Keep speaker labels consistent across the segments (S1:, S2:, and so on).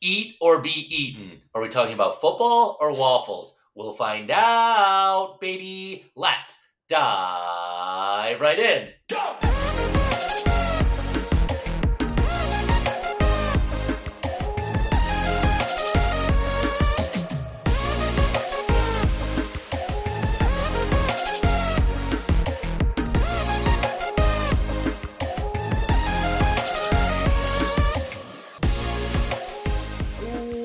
S1: Eat or be
S2: Hmm.
S1: eaten. Are we talking about football or waffles? We'll find out, baby. Let's dive right in.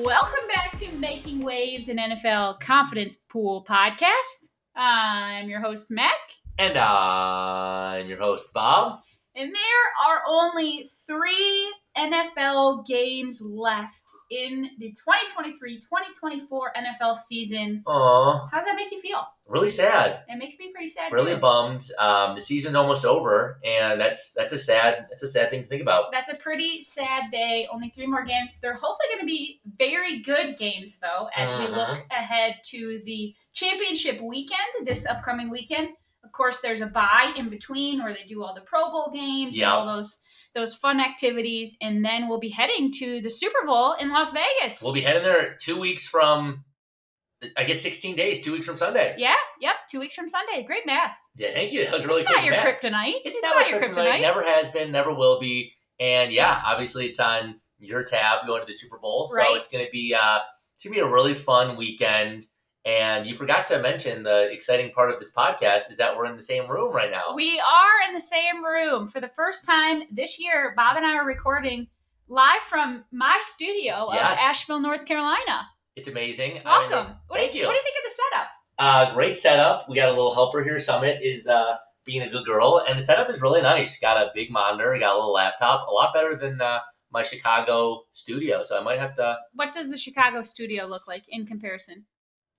S2: Welcome back to Making Waves in NFL Confidence Pool Podcast. I'm your host, Mac,
S1: And I'm your host, Bob.
S2: and there are only three NFL games left in the 2023 2024 NFL season.
S1: Aw,
S2: How does that make you feel?
S1: really sad.
S2: It makes me pretty sad.
S1: Really
S2: too.
S1: bummed. Um, the season's almost over, and that's that's a sad that's a sad thing to think about.
S2: That's a pretty sad day. Only three more games. They're hopefully going to be very good games, though, as we
S1: Uh-huh.
S2: look ahead to the championship weekend this upcoming weekend. Of course, there's a bye in between where they do all the Pro Bowl games
S1: Yeah.
S2: and all those those fun activities, and then we'll be heading to the Super Bowl in Las Vegas.
S1: We'll be heading there two weeks from, I guess, sixteen days. Two weeks from Sunday.
S2: yeah, yep, two weeks from Sunday. Great math.
S1: Yeah, thank you. That was really
S2: it's
S1: good.
S2: not your
S1: Matt.
S2: kryptonite.
S1: It's, not, my kryptonite. Never has been. Never will be. And yeah, obviously, it's on your tab going to the Super Bowl. So
S2: Right.
S1: it's going to be uh, it's going to be a really fun weekend. And you forgot to mention the exciting part of this podcast is that we're in the same room right now.
S2: We are in the same room for the first time this year. Bob and I are recording live from my studio
S1: Yes.
S2: of Asheville, North Carolina.
S1: it's amazing. I mean,
S2: Welcome. what
S1: thank
S2: do
S1: you.
S2: you. What do you think of the setup?
S1: uh, great setup. We got a little helper here. Summit is uh, being a good girl, and the setup is really nice. Got a big monitor. Got a little laptop. A lot better than uh, my Chicago studio. So I might have to
S2: What does the Chicago studio look like in comparison?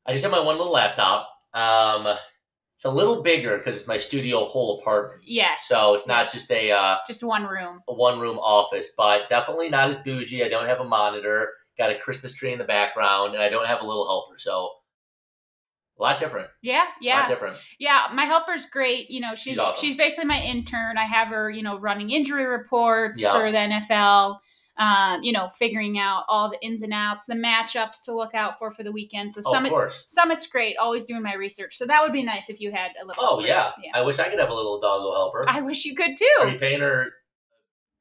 S1: I just have my one little laptop. Um, it's a little bigger because it's my studio whole apartment.
S2: Yes.
S1: So it's not just a, uh,
S2: Just one room.
S1: a one room office, but definitely not as bougie. I don't have a monitor, got a Christmas tree in the background, and I don't have a little helper. So a lot different.
S2: Yeah,
S1: A
S2: yeah,
S1: lot different.
S2: yeah. My helper's great. You know, she's
S1: She's awesome.
S2: she's basically my intern. I have her, you know, running injury reports
S1: Yeah.
S2: for the NFL. Um, you know, figuring out all the ins and outs, the matchups to look out for for the weekend. So
S1: Oh,
S2: some
S1: of course.
S2: Summit's great, always doing my research. So that would be nice if you had a little.
S1: Oh,
S2: helper.
S1: yeah.
S2: yeah.
S1: I wish I could have a little doggo helper.
S2: I wish you could
S1: Are
S2: too.
S1: you paying her a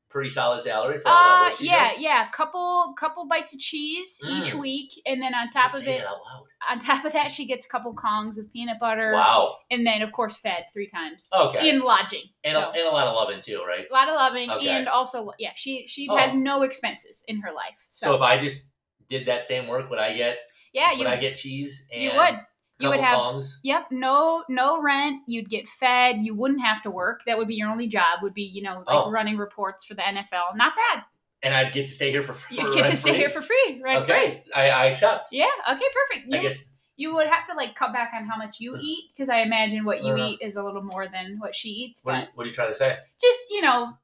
S1: pretty solid salary for all that
S2: Uh,
S1: work she's
S2: yeah,
S1: doing?
S2: yeah. Couple couple bites of cheese each
S1: Mm.
S2: week, and then on
S1: Don't
S2: top of
S1: say
S2: it,
S1: that out loud.
S2: on top of that, she gets a couple kongs of peanut butter,
S1: Wow.
S2: and then of course fed three times
S1: Okay.
S2: in lodging.
S1: And,
S2: so.
S1: a, and a lot of loving, too, right?
S2: a lot of loving,
S1: Okay.
S2: and also yeah, she she
S1: Oh.
S2: has no expenses in her life.
S1: So
S2: So,
S1: if I just did that same work, would I get
S2: yeah,
S1: would
S2: you
S1: I get cheese? And
S2: you would. You would
S1: couple
S2: have-
S1: tongs?
S2: Yep, no no rent. You'd get fed. You wouldn't have to work. That would be your only job. Would be you know like
S1: Oh.
S2: running reports for the NFL. Not bad.
S1: and I'd get to stay here for free.
S2: You get to stay here for free, right? Free.
S1: Okay, I, I accept.
S2: Yeah. Okay. Perfect.
S1: I
S2: You,
S1: guess
S2: you would have to like cut back on how much you eat because I imagine what you
S1: Uh.
S2: eat is a little more than what she eats.
S1: what are,
S2: But
S1: you, what are you trying to say?
S2: just you know,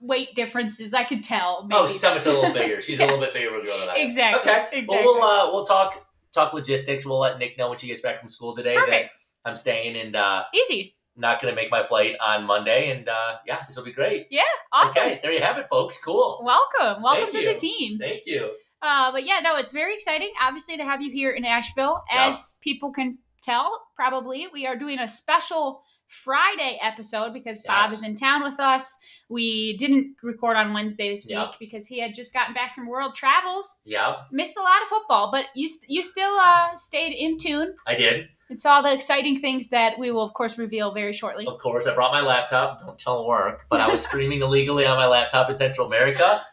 S2: weight differences. I could tell. Maybe.
S1: Oh, Summit's a little bigger. She's a little bit bigger of a girl than I. am.
S2: exactly.
S1: Okay.
S2: Exactly.
S1: Well, we'll uh, we'll talk talk logistics. We'll let Nick know when she gets back from school today
S2: Perfect.
S1: that I'm staying and uh,
S2: Easy.
S1: not going to make my flight on Monday. And uh, yeah, this will be great.
S2: Awesome.
S1: Okay, there you have it, folks. Cool.
S2: Welcome. Welcome
S1: Thank
S2: to
S1: you.
S2: the team.
S1: Thank you.
S2: Uh, but yeah, no, it's very exciting, obviously, to have you here in Asheville.
S1: Yeah.
S2: As people can tell, probably, we are doing a special Friday episode because Bob
S1: Yes.
S2: is in town with us. We didn't record on Wednesday this week
S1: Yeah.
S2: because he had just gotten back from world travels,
S1: Yeah,
S2: missed a lot of football, but you, st- you still uh, stayed in tune
S1: I did.
S2: and saw the exciting things that we will, of course, reveal very shortly.
S1: Of course, I brought my laptop. Don't tell work, but I was streaming illegally on my laptop in Central America.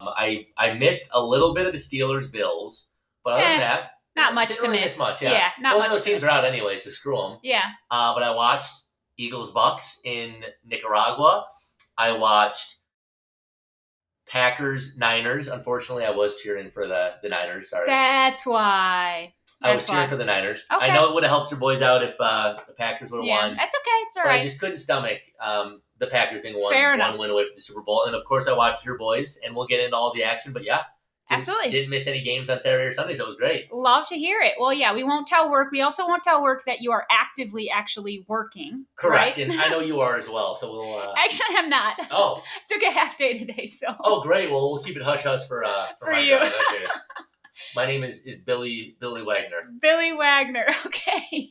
S1: Um, I I missed a little bit of the Steelers Bills, but other than
S2: Eh,
S1: that,
S2: Not much
S1: didn't
S2: to
S1: really
S2: miss.
S1: much, yeah. both
S2: not
S1: of
S2: much.
S1: those
S2: To
S1: teams
S2: miss.
S1: are out anyway, so screw them.
S2: Yeah.
S1: Uh, but I watched Eagles Bucks in Nicaragua. I watched Packers Niners. Unfortunately, I was cheering for the the Niners. Sorry,
S2: That's why.
S1: I was
S2: that's
S1: cheering
S2: why.
S1: for the Niners. I
S2: Okay.
S1: know it would have helped your boys out if uh, the Packers would have
S2: Yeah,
S1: won.
S2: that's okay. It's all
S1: but
S2: right.
S1: I just couldn't stomach um, the Packers being one,
S2: Fair
S1: one
S2: enough.
S1: win away from the Super Bowl. And of course, I watched your boys, and we'll get into all the action. But yeah,
S2: Absolutely.
S1: Didn't miss any games on Saturday or Sunday, so it was great.
S2: Love to hear it. Well, yeah, we won't tell work. We also won't tell work that you are actively actually working.
S1: Correct,
S2: right?
S1: and I know you are as well. So we'll. Uh,
S2: Actually, I'm not.
S1: oh,
S2: Took a half day today, so.
S1: oh, great. Well, we'll keep it hush hush for uh,
S2: For
S1: my
S2: you.
S1: guy in that case. My name is is Billy Billy Wagner.
S2: Billy Wagner. Okay.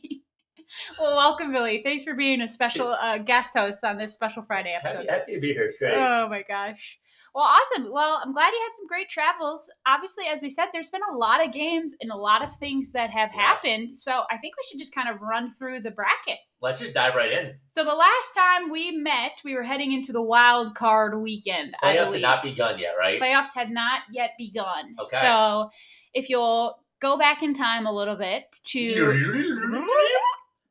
S2: well, welcome, Billy. Thanks for being a special uh, guest host on this special Friday episode.
S1: Happy, happy to be here. It's great.
S2: Oh my gosh. Well, awesome. Well, I'm glad you had some great travels. Obviously, as we said, there's been a lot of games and a lot of things that have
S1: Yes.
S2: happened. So I think we should just kind of run through the bracket.
S1: Let's just dive right in.
S2: So the last time we met, we were heading into the wild card weekend. I
S1: Playoffs have
S2: believe.
S1: not begun yet, right?
S2: Playoffs had not yet begun.
S1: Okay.
S2: So if you'll go back in time a little bit to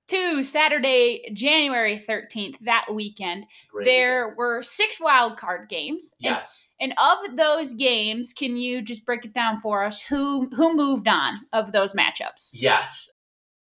S2: to Saturday, January 13th, that weekend,
S1: Great.
S2: there were six wild card games. And
S1: Yes.
S2: and of those games, can you just break it down for us? Who who moved on of those matchups?
S1: Yes.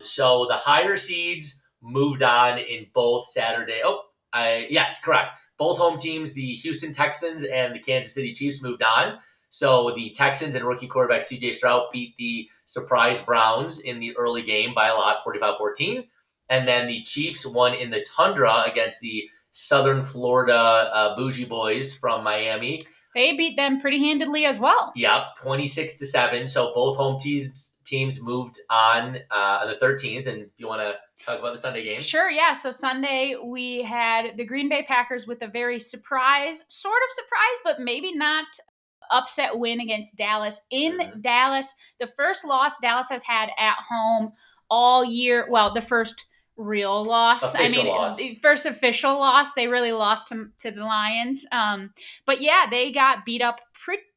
S1: So the higher seeds moved on in both Saturday. Oh, I, yes, correct. Both home teams, the Houston Texans and the Kansas City Chiefs, moved on. So the Texans and rookie quarterback CJ Stroud beat the surprise Browns in the early game by a lot, 45 14. And then the Chiefs won in the Tundra against the Southern Florida uh, Bougie Boys from Miami.
S2: They beat them pretty handedly as well.
S1: Yep, twenty six to seven. So both home teams teams moved on uh, on the thirteenth. And if you want to talk about the Sunday game,
S2: Sure, yeah. So Sunday we had the Green Bay Packers with a very surprise, sort of surprise, but maybe not upset win against Dallas in
S1: Mhm.
S2: Dallas. The first loss Dallas has had at home all year. Well, the first real loss.
S1: Official
S2: I mean,
S1: loss.
S2: the first official loss. They really lost to, to the Lions. Um, but yeah, they got beat up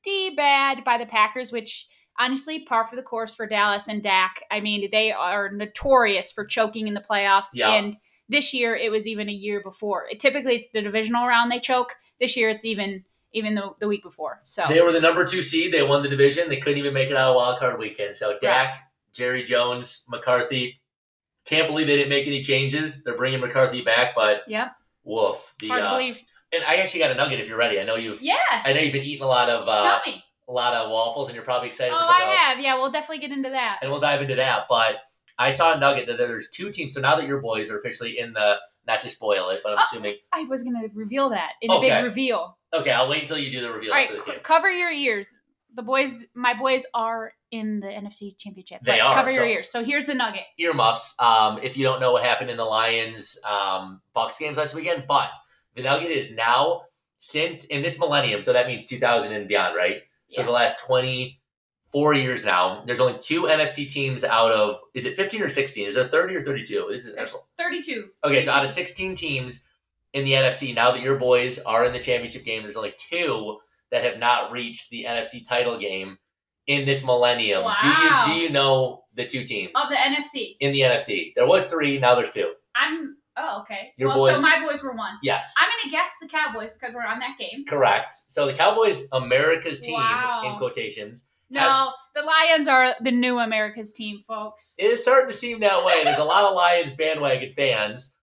S2: pretty bad by the Packers, which honestly par for the course for Dallas and Dak. I mean, they are notorious for choking in the playoffs
S1: Yeah.
S2: and this year it was even a year before. typically it's the divisional round they choke. This year it's even even the, the week before. So
S1: they were the number two seed. They won the division. They couldn't even make it out of wild card weekend. So Dak,
S2: Rough.
S1: Jerry Jones, McCarthy. Can't believe they didn't make any changes. They're bringing McCarthy back, but
S2: Yep.
S1: woof. The
S2: Hard to
S1: uh,
S2: believe.
S1: and I actually got a nugget if you're ready. I know you've
S2: Yeah.
S1: I know you've been eating a lot of uh,
S2: tell me.
S1: a lot of waffles, and you're probably excited for
S2: Oh,
S1: something
S2: I
S1: else.
S2: have. Yeah, we'll definitely get into that.
S1: and we'll dive into that. But I saw a nugget that there's two teams. So now that your boys are officially in the, not to spoil it, but I'm
S2: Oh.
S1: assuming.
S2: I was going to reveal that in a
S1: Okay.
S2: big reveal.
S1: Okay, I'll wait until you do the reveal
S2: All right,
S1: after this
S2: c-
S1: game.
S2: cover your ears. The boys, my boys are in the NFC Championship.
S1: They
S2: but
S1: are,
S2: Cover your
S1: so-
S2: ears. So here's the nugget.
S1: Earmuffs. Um, if you don't know what happened in the Lions um, Bucks games last weekend, but the nugget is now since in this millennium, so that means 2000 and beyond, right? So
S2: Yeah.
S1: the last 24 years now, there's only two NFC teams out of is it 15 or 16? Is there 30 or 32? This is
S2: There's 32.
S1: Okay, so out of 16 teams in the NFC, now that your boys are in the championship game, there's only two that have not reached the NFC title game in this millennium. Do you
S2: Wow.
S1: do you know the two teams
S2: Of the NFC.
S1: in the NFC? There was three, now there's two.
S2: I'm, oh, okay.
S1: Your
S2: well, so
S1: boys-
S2: my boys were one.
S1: Yes,
S2: I'm going to guess the Cowboys because we're on that game.
S1: correct. So the Cowboys, America's team
S2: Wow.
S1: in quotations,
S2: No, the Lions are the new America's team, folks.
S1: it is starting to seem that way. There's a lot of Lions bandwagon fans,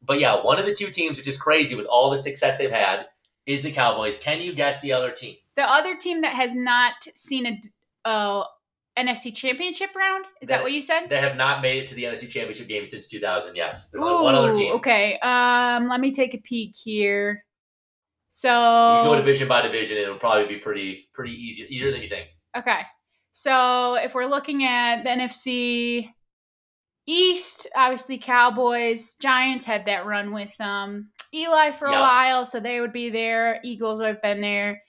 S1: but yeah, one of the two teams, which is crazy with all the success they've had, is the Cowboys. Can you guess the other team?
S2: The other team that has not seen a d- uh, NFC championship round, is that,
S1: That-
S2: what you said?
S1: that have not made it to the NFC Championship game since 2000. Yes, there's only one other
S2: Ooh,
S1: team.
S2: Okay, um, let me take a peek here.
S1: You can go
S2: So,
S1: division by division, and it'll probably be pretty pretty easy, easier than you think.
S2: okay. So, if we're looking at the NFC East, obviously Cowboys, Giants had that run with um, Eli for a
S1: Yeah.
S2: while, so they would be there. Eagles have been there.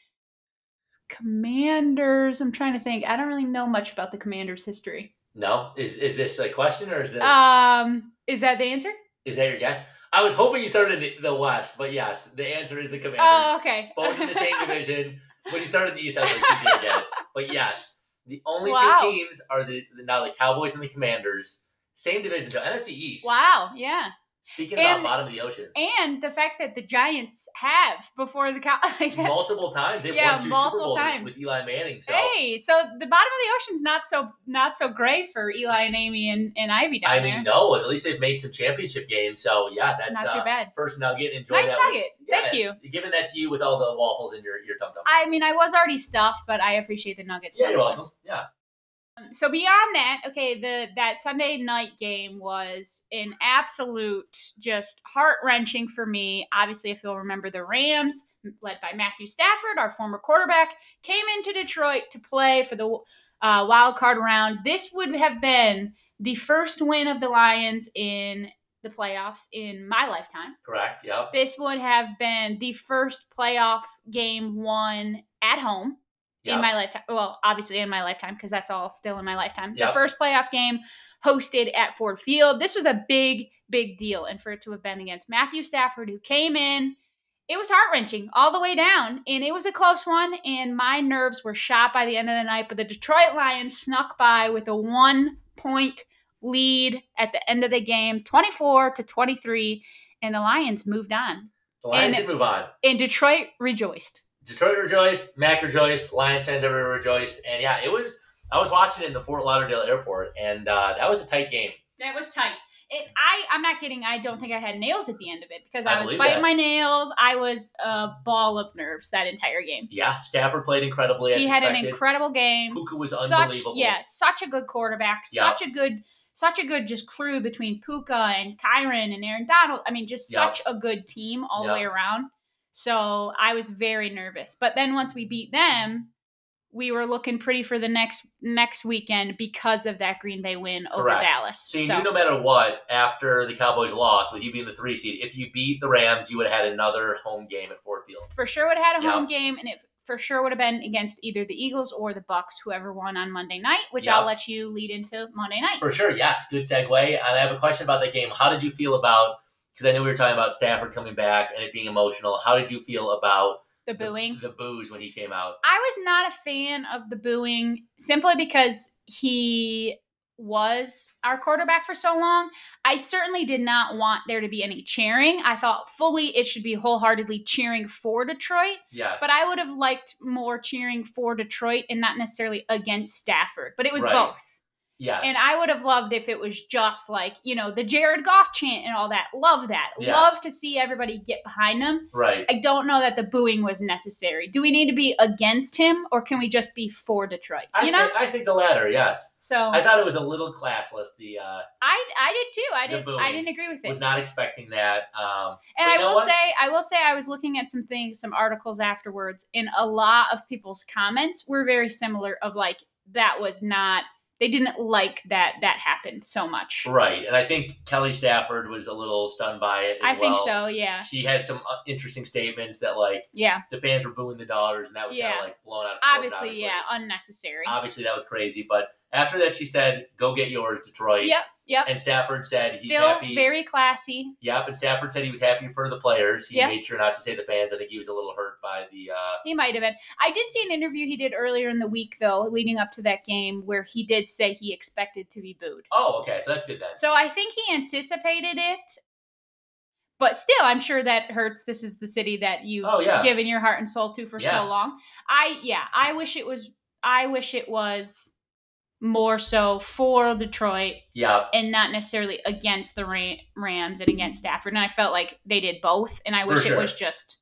S2: Commanders, I'm trying to think. I don't really know much about the Commanders' history.
S1: No, is is this a question or is this
S2: Um, is that the answer?
S1: is that your guess? I was hoping you started in the, the West, but yes, the answer is the Commanders.
S2: Oh, okay.
S1: Both in the same division. When you started in the East, I was like, "Did you get it?" But yes, the only
S2: Wow.
S1: two teams are the now the Cowboys and the Commanders, same division. So NFC East.
S2: Wow. Yeah.
S1: Speaking
S2: And-
S1: about bottom of the ocean,
S2: And the fact that the Giants have before the cow. Like that's-
S1: multiple times they've
S2: yeah,
S1: won two
S2: multiple
S1: Super Bowls
S2: times.
S1: with Eli Manning. So
S2: Hey, so the bottom of the ocean's not so not so great for Eli and Amy and, and Ivy down
S1: I
S2: there.
S1: mean, no, at least they've made some championship games. So yeah, that's
S2: not too
S1: uh,
S2: bad.
S1: first nugget. Enjoy
S2: Nice
S1: that.
S2: nugget.
S1: Yeah,
S2: Thank you.
S1: Giving that to you with all the waffles in your your tum tum.
S2: I mean, I was already stuffed, but I appreciate the nuggets.
S1: Yeah, you're
S2: nonetheless.
S1: welcome. Yeah,
S2: Um, So beyond that, okay, the that Sunday night game was an absolute just heart wrenching for me. Obviously, if you'll remember, the Rams, led by Matthew Stafford, our former quarterback, came into Detroit to play for the uh, wild card round. This would have been the first win of the Lions in the playoffs in my lifetime.
S1: correct. Yep.
S2: This would have been the first playoff game won at home
S1: yep.
S2: in my lifetime. Well, obviously in my lifetime because that's all still in my lifetime. The
S1: Yep.
S2: first playoff game hosted at Ford Field. This was a big, big deal, and for it to have been against Matthew Stafford, who came in, it was heart wrenching all the way down, and it was a close one. And my nerves were shot by the end of the night, but the Detroit Lions snuck by with a one point lead at the end of the game, twenty four to twenty three, and the Lions moved on.
S1: the Lions
S2: and-
S1: should move on.
S2: And Detroit rejoiced.
S1: Detroit rejoiced, Mac rejoiced, Lions fans everywhere rejoiced, and yeah, it was. I was watching it in the Fort Lauderdale airport, and uh, that was a tight game.
S2: That was tight. It, I, I'm not kidding. I don't think I had nails at the end of it because
S1: I
S2: I, was
S1: believe
S2: biting
S1: that.
S2: my nails. I was a ball of nerves that entire game.
S1: Yeah, Stafford played incredibly. As
S2: he had
S1: expected.
S2: an incredible game.
S1: Puka was
S2: Such-
S1: unbelievable.
S2: Yeah, such a good quarterback.
S1: Yeah.
S2: Such a good, such a good just crew between Puka and Kyron and Aaron Donald. I mean, just
S1: Yeah.
S2: such a good team all
S1: Yeah.
S2: the way around. So I was very nervous. But then once we beat them, we were looking pretty for the next next weekend because of that Green Bay win over
S1: Correct.
S2: Dallas.
S1: So you knew no matter what, after the Cowboys lost, with you being the three seed, if you beat the Rams, you would have had another home game at Ford Field.
S2: for sure would have had a
S1: Yeah.
S2: home game, and it for sure would have been against either the Eagles or the Bucks, whoever won on Monday night. Which I'll
S1: Yeah.
S2: let you lead into Monday night.
S1: For sure, yes, good segue. And I have a question about that game. How did you feel about? Because I know we were talking about Stafford coming back and it being emotional. How did you feel about
S2: the booing.
S1: the, the boos when he came out?
S2: I was not a fan of the booing simply because he was our quarterback for so long. I certainly did not want there to be any cheering. I thought fully it should be wholeheartedly cheering for Detroit.
S1: Yes,
S2: But I would have liked more cheering for Detroit and not necessarily against Stafford. But it was
S1: Right.
S2: both.
S1: yes,
S2: And I would have loved if it was just like, you know, the Jared Goff chant and all that. Love that.
S1: Yes.
S2: Love to see everybody get behind them.
S1: right.
S2: I don't know that the booing was necessary. Do we need to be against him or can we just be for Detroit?
S1: I,
S2: you know? Oh.
S1: think, I think the latter. Yes,
S2: so
S1: I
S2: I,
S1: thought it was a little classless. The uh,
S2: I did too. I
S1: The
S2: didn't I
S1: booing
S2: didn't agree with it.
S1: was not expecting that. Um, but
S2: and I
S1: you know
S2: will
S1: what?
S2: say I will say I was looking at some things, some articles afterwards, and a lot of people's comments were very similar of like that was not they didn't like that that happened so much.
S1: right, and I think Kelly Stafford was a little stunned by it. As
S2: I think
S1: well.
S2: so, yeah.
S1: She had some uh, interesting statements that like
S2: Yeah.
S1: the fans were booing the daughters, and that was kind
S2: Yeah.
S1: of like blown out. Of proportion,
S2: Obviously, yeah, unnecessary.
S1: Obviously, that was crazy. But after that, she said, "Go get yours, Detroit."
S2: Yep, yep.
S1: And Stafford said he's
S2: Still
S1: happy.
S2: very classy.
S1: yep. And Stafford said he was happy for the players. He
S2: Yeah.
S1: made sure not to say the fans. I think he was a little hurt by the. Uh,
S2: He might have been. I did see an interview he did earlier in the week, though, leading up to that game, where he did say he expected to be booed.
S1: oh, okay. So that's good then.
S2: So I think he anticipated it, but still, I'm sure that hurts. This is the city that you've
S1: Oh yeah.
S2: given your heart and soul to for
S1: Yeah.
S2: so long. I, yeah, I wish it was, I wish it was more so for Detroit
S1: yeah.
S2: and not necessarily against the Ra- Rams and against Stafford. And I felt like they did both. And I
S1: For
S2: wish it
S1: sure.
S2: was just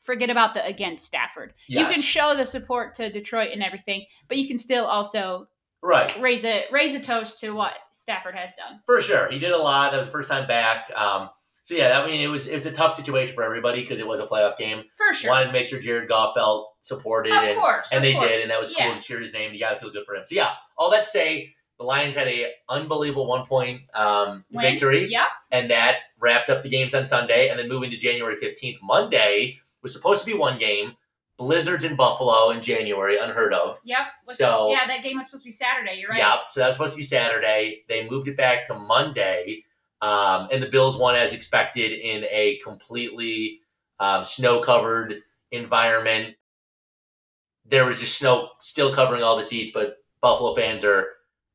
S2: forget about the against Stafford. You can
S1: Yes.
S2: show the support to Detroit and everything, but you can still also
S1: Right.
S2: raise a raise a toast to what Stafford has done.
S1: For sure. He did a lot. That was the first time back. Um, so yeah, I mean, it was it's a tough situation for everybody because it was a playoff game.
S2: For sure.
S1: Wanted to make sure Jared Goff felt supported,
S2: of
S1: and,
S2: course.
S1: and
S2: of
S1: they
S2: course.
S1: did, and that was
S2: yeah.
S1: cool to cheer his name. You got to feel good for him. So yeah, all that to say, the Lions had a unbelievable one point um,
S2: Win.
S1: victory,
S2: Yep.
S1: and that wrapped up the games on Sunday, and then moving to January fifteenth, Monday was supposed to be one game. Blizzards in Buffalo in January, unheard of.
S2: Yep. Was-
S1: So-
S2: yeah, that game was supposed to be Saturday. You're right.
S1: Yep. So that was supposed to be Saturday. They moved it back to Monday, um, and the Bills won as expected in a completely um, snow-covered environment. There was just snow still covering all the seats, but Buffalo fans are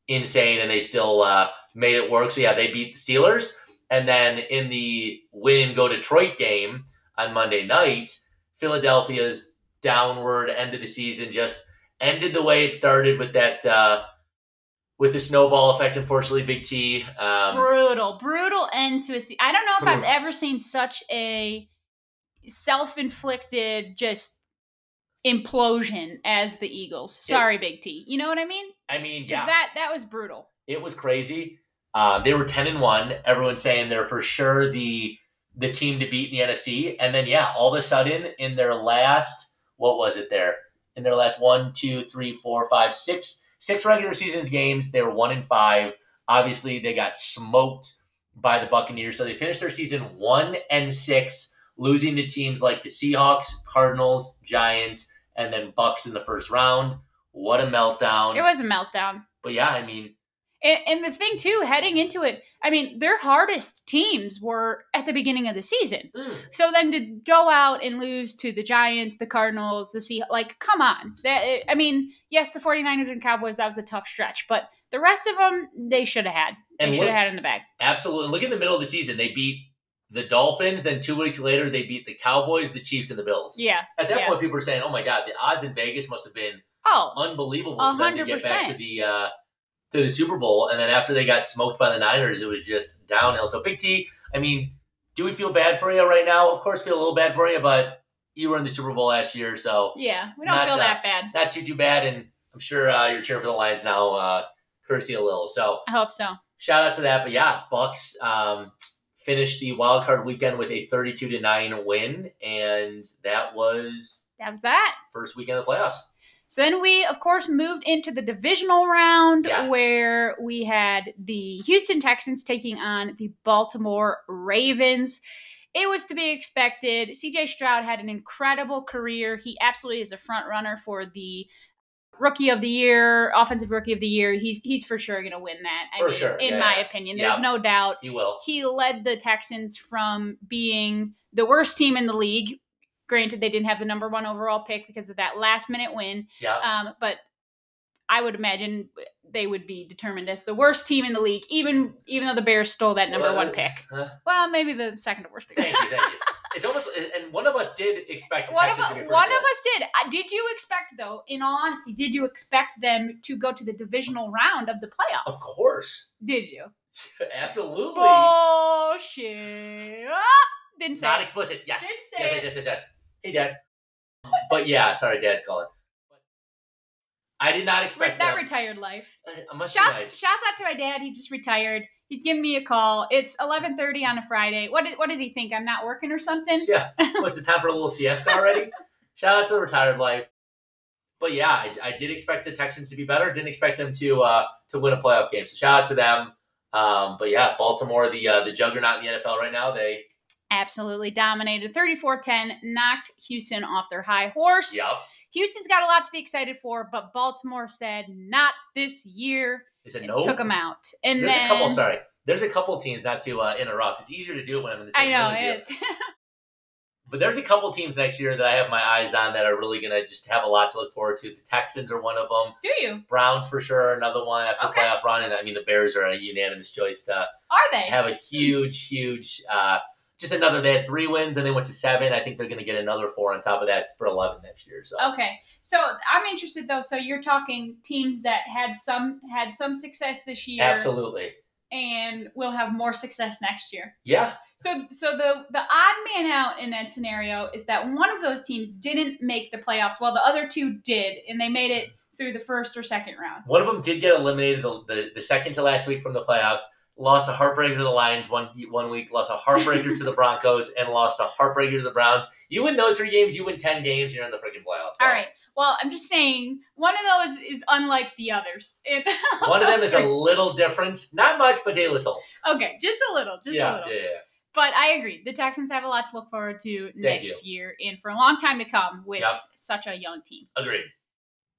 S1: insane, and they still uh, made it work. So yeah, they beat the Steelers. And then in the win and go Detroit game on Monday night, Philadelphia's downward end of the season just ended the way it started with that uh, with the snowball effect. Unfortunately, Big T. Um,
S2: brutal, brutal end to a season. I don't know if I've
S1: Oof.
S2: ever seen such a self-inflicted just implosion as the Eagles. Sorry, Big T. You know what I mean?
S1: I mean,
S2: 'Cause
S1: yeah,
S2: that that was brutal.
S1: it was crazy. Uh, they were ten and one. Everyone's saying they're for sure the the team to beat in the NFC. And then yeah, all of a sudden in their last what was it there? In their last one, two, three, four, five, six, six regular seasons games, they were one and five. Obviously, they got smoked by the Buccaneers. So they finished their season one and six, losing to teams like the Seahawks, Cardinals, Giants, and then Bucks in the first round. What a meltdown.
S2: It was a meltdown.
S1: but yeah, I mean,
S2: And, and the thing too, heading into it, I mean, their hardest teams were at the beginning of the season.
S1: mm,
S2: So then to go out and lose to the Giants, the Cardinals, the Sea, like, come on. That I mean, yes, the 49ers and Cowboys, that was a tough stretch, but the rest of them, they should have had. They
S1: And
S2: should have
S1: look-
S2: had in the bag.
S1: Absolutely. Look in the middle of the season. They beat the Dolphins. Then two weeks later, they beat the Cowboys, the Chiefs, and the Bills.
S2: Yeah.
S1: At that
S2: yeah.
S1: point, people were saying, oh my God, the odds in Vegas must have been
S2: Oh,
S1: unbelievable
S2: A
S1: for them to
S2: hundred
S1: get back to
S2: percent.
S1: the, uh, to the Super Bowl. And then after they got smoked by the Niners, it was just downhill. So, Big T, I mean, do we feel bad for you right now? Of course, feel a little bad for you, but you were in the Super Bowl last year, so
S2: yeah. We don't
S1: Not
S2: feel
S1: done.
S2: that bad.
S1: not too, too bad. And I'm sure uh, you're cheering for the Lions now, uh, courtesy of Lil. So,
S2: I hope so.
S1: shout out to that. But yeah, Bucks um, finished the wild card weekend with a 32 to nine win, and that was
S2: That was that.
S1: first weekend of the playoffs.
S2: So then we, of course, moved into the divisional round
S1: Yes.
S2: where we had the Houston Texans taking on the Baltimore Ravens. It was to be expected. CJ Stroud had an incredible career. He absolutely is a front runner for the rookie of the year, offensive rookie of the year. He, he's for sure going to win that. I
S1: For
S2: mean,
S1: sure.
S2: in
S1: Yeah,
S2: my
S1: yeah.
S2: opinion, there's
S1: Yeah.
S2: no doubt
S1: He will.
S2: he led the Texans from being the worst team in the league. Granted, they didn't have the number one overall pick because of that last minute win.
S1: Yeah.
S2: Um, but I would imagine they would be determined as the worst team in the league, even even though the Bears stole that number one
S1: Well,
S2: pick.
S1: Uh, huh?
S2: Well, maybe the second to worst.
S1: thank you, thank you. It's almost, and one of us did expect the
S2: One of,
S1: Texans to be
S2: one
S1: pretty
S2: of
S1: good.
S2: us did. Uh, Did you expect, though, in all honesty, did you expect them to go to the divisional round of the
S1: Of
S2: playoffs?
S1: course,
S2: Did you?
S1: absolutely.
S2: Bullshit. Ah, Didn't say
S1: Not
S2: it.
S1: explicit. Yes.
S2: Didn't say
S1: Yes,
S2: it.
S1: yes, yes, yes, yes. Hey, Dad. But yeah, sorry, Dad's calling. I did not
S2: Re-
S1: expect
S2: that
S1: them.
S2: retired life.
S1: I must be
S2: Shouts,
S1: nice.
S2: shouts out to my dad. He just retired. He's giving me a call. It's eleven thirty on a Friday. What, do- what does he think? I'm not working or something?
S1: Yeah. What's it time for a little siesta already? Shout out to the retired life. But yeah, I, I did expect the Texans to be better. Didn't expect them to uh, to win a playoff game. So shout out to them. Um, but yeah, Baltimore, the uh, the juggernaut in the NFL right now. They
S2: Absolutely dominated. 34-10, knocked Houston off their high horse.
S1: yeah.
S2: Houston's got a lot to be excited for, but Baltimore said not this year.
S1: They said
S2: And
S1: no.
S2: Took them out. And
S1: There's
S2: then
S1: a couple. Sorry, there's a couple teams not to uh, interrupt. It's easier to do it when I'm in the
S2: I
S1: same
S2: know
S1: room as you.
S2: it's
S1: But there's a couple teams next year that I have my eyes on that are really going to just have a lot to look forward to. The Texans are one of them.
S2: do you?
S1: Browns for sure, another one after
S2: Okay.
S1: playoff run. And I mean, the Bears are a unanimous choice to
S2: Are they?
S1: have a huge, huge, uh, just another. They had three wins and they went to seven. I think they're going to get another four on top of that for eleven next year. So
S2: Okay, so I'm interested though. So you're talking teams that had some had some success this year,
S1: absolutely,
S2: and will have more success next year.
S1: yeah,
S2: So, so the the odd man out in that scenario is that one of those teams didn't make the playoffs, while the other two did, and they made it through the first or second round.
S1: one of them did get eliminated the, the, the second to last week from the playoffs. Lost a heartbreaker to the Lions one one week. Lost a heartbreaker to the Broncos and lost a heartbreaker to the Browns. You win those three games, you win ten games, you're in the freaking playoffs. So
S2: All right. Well, I'm just saying one of those is unlike the others. And
S1: One of them
S2: those
S1: is a
S2: three-
S1: little different, not much, but a little.
S2: okay, just a little, just a
S1: yeah,
S2: little.
S1: yeah, yeah.
S2: But I agree. The Texans have a lot to look forward to next year and for a long time to come with
S1: Yep.
S2: such a young team.
S1: Agreed.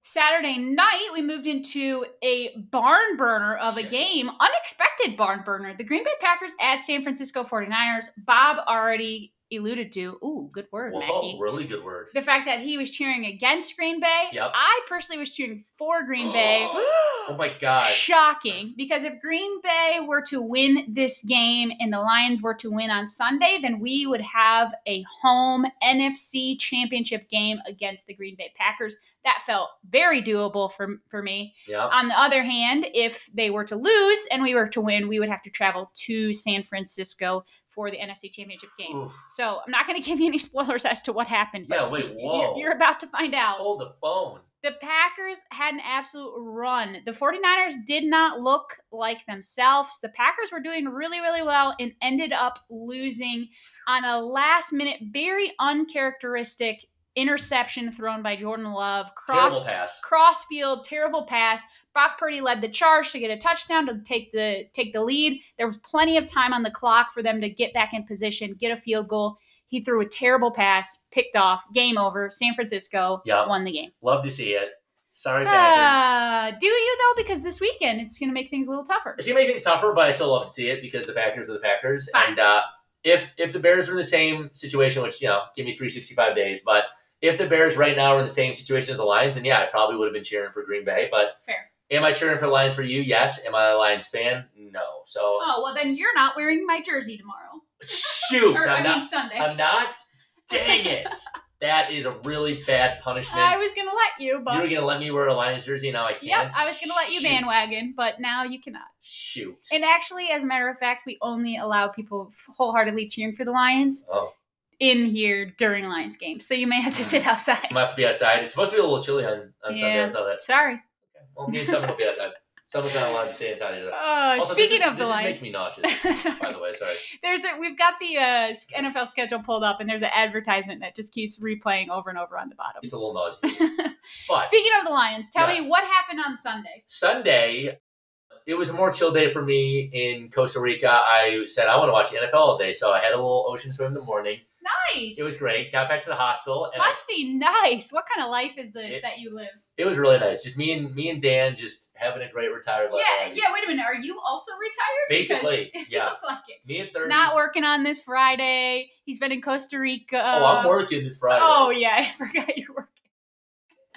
S2: Saturday night, we moved into a barn burner of a
S1: Yes.
S2: game, unexpected barn burner. The Green Bay Packers at San Francisco 49ers. Bob already alluded to. Ooh, good word,
S1: Whoa,
S2: Mackie.
S1: really good word.
S2: The fact that he was cheering against Green Bay.
S1: Yep.
S2: I personally was cheering for Green Bay.
S1: Oh my god.
S2: Shocking. Because if Green Bay were to win this game and the Lions were to win on Sunday, then we would have a home NFC championship game against the Green Bay Packers. That felt very doable for, for me.
S1: Yeah.
S2: On the other hand, if they were to lose and we were to win, we would have to travel to San Francisco for the NFC championship game.
S1: Oof.
S2: So I'm not going to give you any spoilers as to what happened.
S1: Yeah,
S2: but
S1: wait,
S2: you-
S1: whoa.
S2: You're about to find out.
S1: Hold the phone.
S2: The Packers had an absolute run. The 49ers did not look like themselves. The Packers were doing really, really well and ended up losing on a last minute, very uncharacteristic interception thrown by Jordan Love. Cross
S1: Terrible pass.
S2: crossfield, terrible pass. Brock Purdy led the charge to get a touchdown to take the take the lead. There was plenty of time on the clock for them to get back in position, get a field goal. He threw a terrible pass, picked off, game over. San Francisco
S1: Yeah.
S2: won the game.
S1: Love to see it. Sorry,
S2: Ah.
S1: Packers.
S2: Uh, do you though? Because this weekend it's going to make things a little tougher.
S1: It's gonna make things tougher, but I still love to see it because the Packers are the Packers.
S2: Fine.
S1: And uh, if if the Bears are in the same situation, which you know, give me 365 days, but if the Bears right now are in the same situation as the Lions, then yeah, I probably would have been cheering for Green Bay. But
S2: Fair.
S1: am I cheering for the Lions for you? Yes. Am I a Lions fan? No. So
S2: Oh well, then you're not wearing my jersey tomorrow,
S1: shoot,
S2: Oh. or I
S1: I'm
S2: mean
S1: not.
S2: Sunday.
S1: I'm not. Dang it! That is a really bad punishment.
S2: I was going to let you,
S1: you
S2: but
S1: were gonna let me wear a Lions jersey, now I can't.
S2: yep, I was going to let you
S1: Shoot.
S2: bandwagon, but now you cannot.
S1: Shoot.
S2: And actually, as a matter of fact, we only allow people wholeheartedly cheering for the Lions
S1: Oh,
S2: in here during Lions games. So you may have to sit outside.
S1: I'm gonna have to be outside. It's supposed to be a little chilly on, on Sunday.
S2: Yeah.
S1: I saw that.
S2: Sorry.
S1: Well, me and someone will be outside. Someone's not allowed to stay inside either.
S2: Uh,
S1: Also, this
S2: speaking
S1: is-
S2: of the
S1: this is-
S2: Lions,
S1: makes me nauseous. By
S2: Sorry.
S1: the way, sorry.
S2: there's a, we've got the uh, NFL schedule pulled up, and there's an advertisement that just keeps replaying over and over on the bottom.
S1: It's a little nauseous. But
S2: Speaking of the Lions, tell
S1: Yes.
S2: me what happened on Sunday.
S1: Sunday, it was a more chill day for me in Costa Rica. I said I want to watch the NFL all day, so I had a little ocean swim in the morning.
S2: Nice.
S1: It was great. Got back to the hostel, and I
S2: Must be nice. What kind of life is this
S1: It-
S2: that you live?
S1: It was really nice. Just me and me and Dan just having a great retired life.
S2: Yeah,
S1: already.
S2: yeah. Wait a minute. Are you also retired?
S1: Basically,
S2: Because it
S1: yeah.
S2: feels like it.
S1: Me and thirty.
S2: Not working on this Friday. He's been in Costa Rica.
S1: oh, I'm working this Friday.
S2: Oh yeah, I forgot you're working.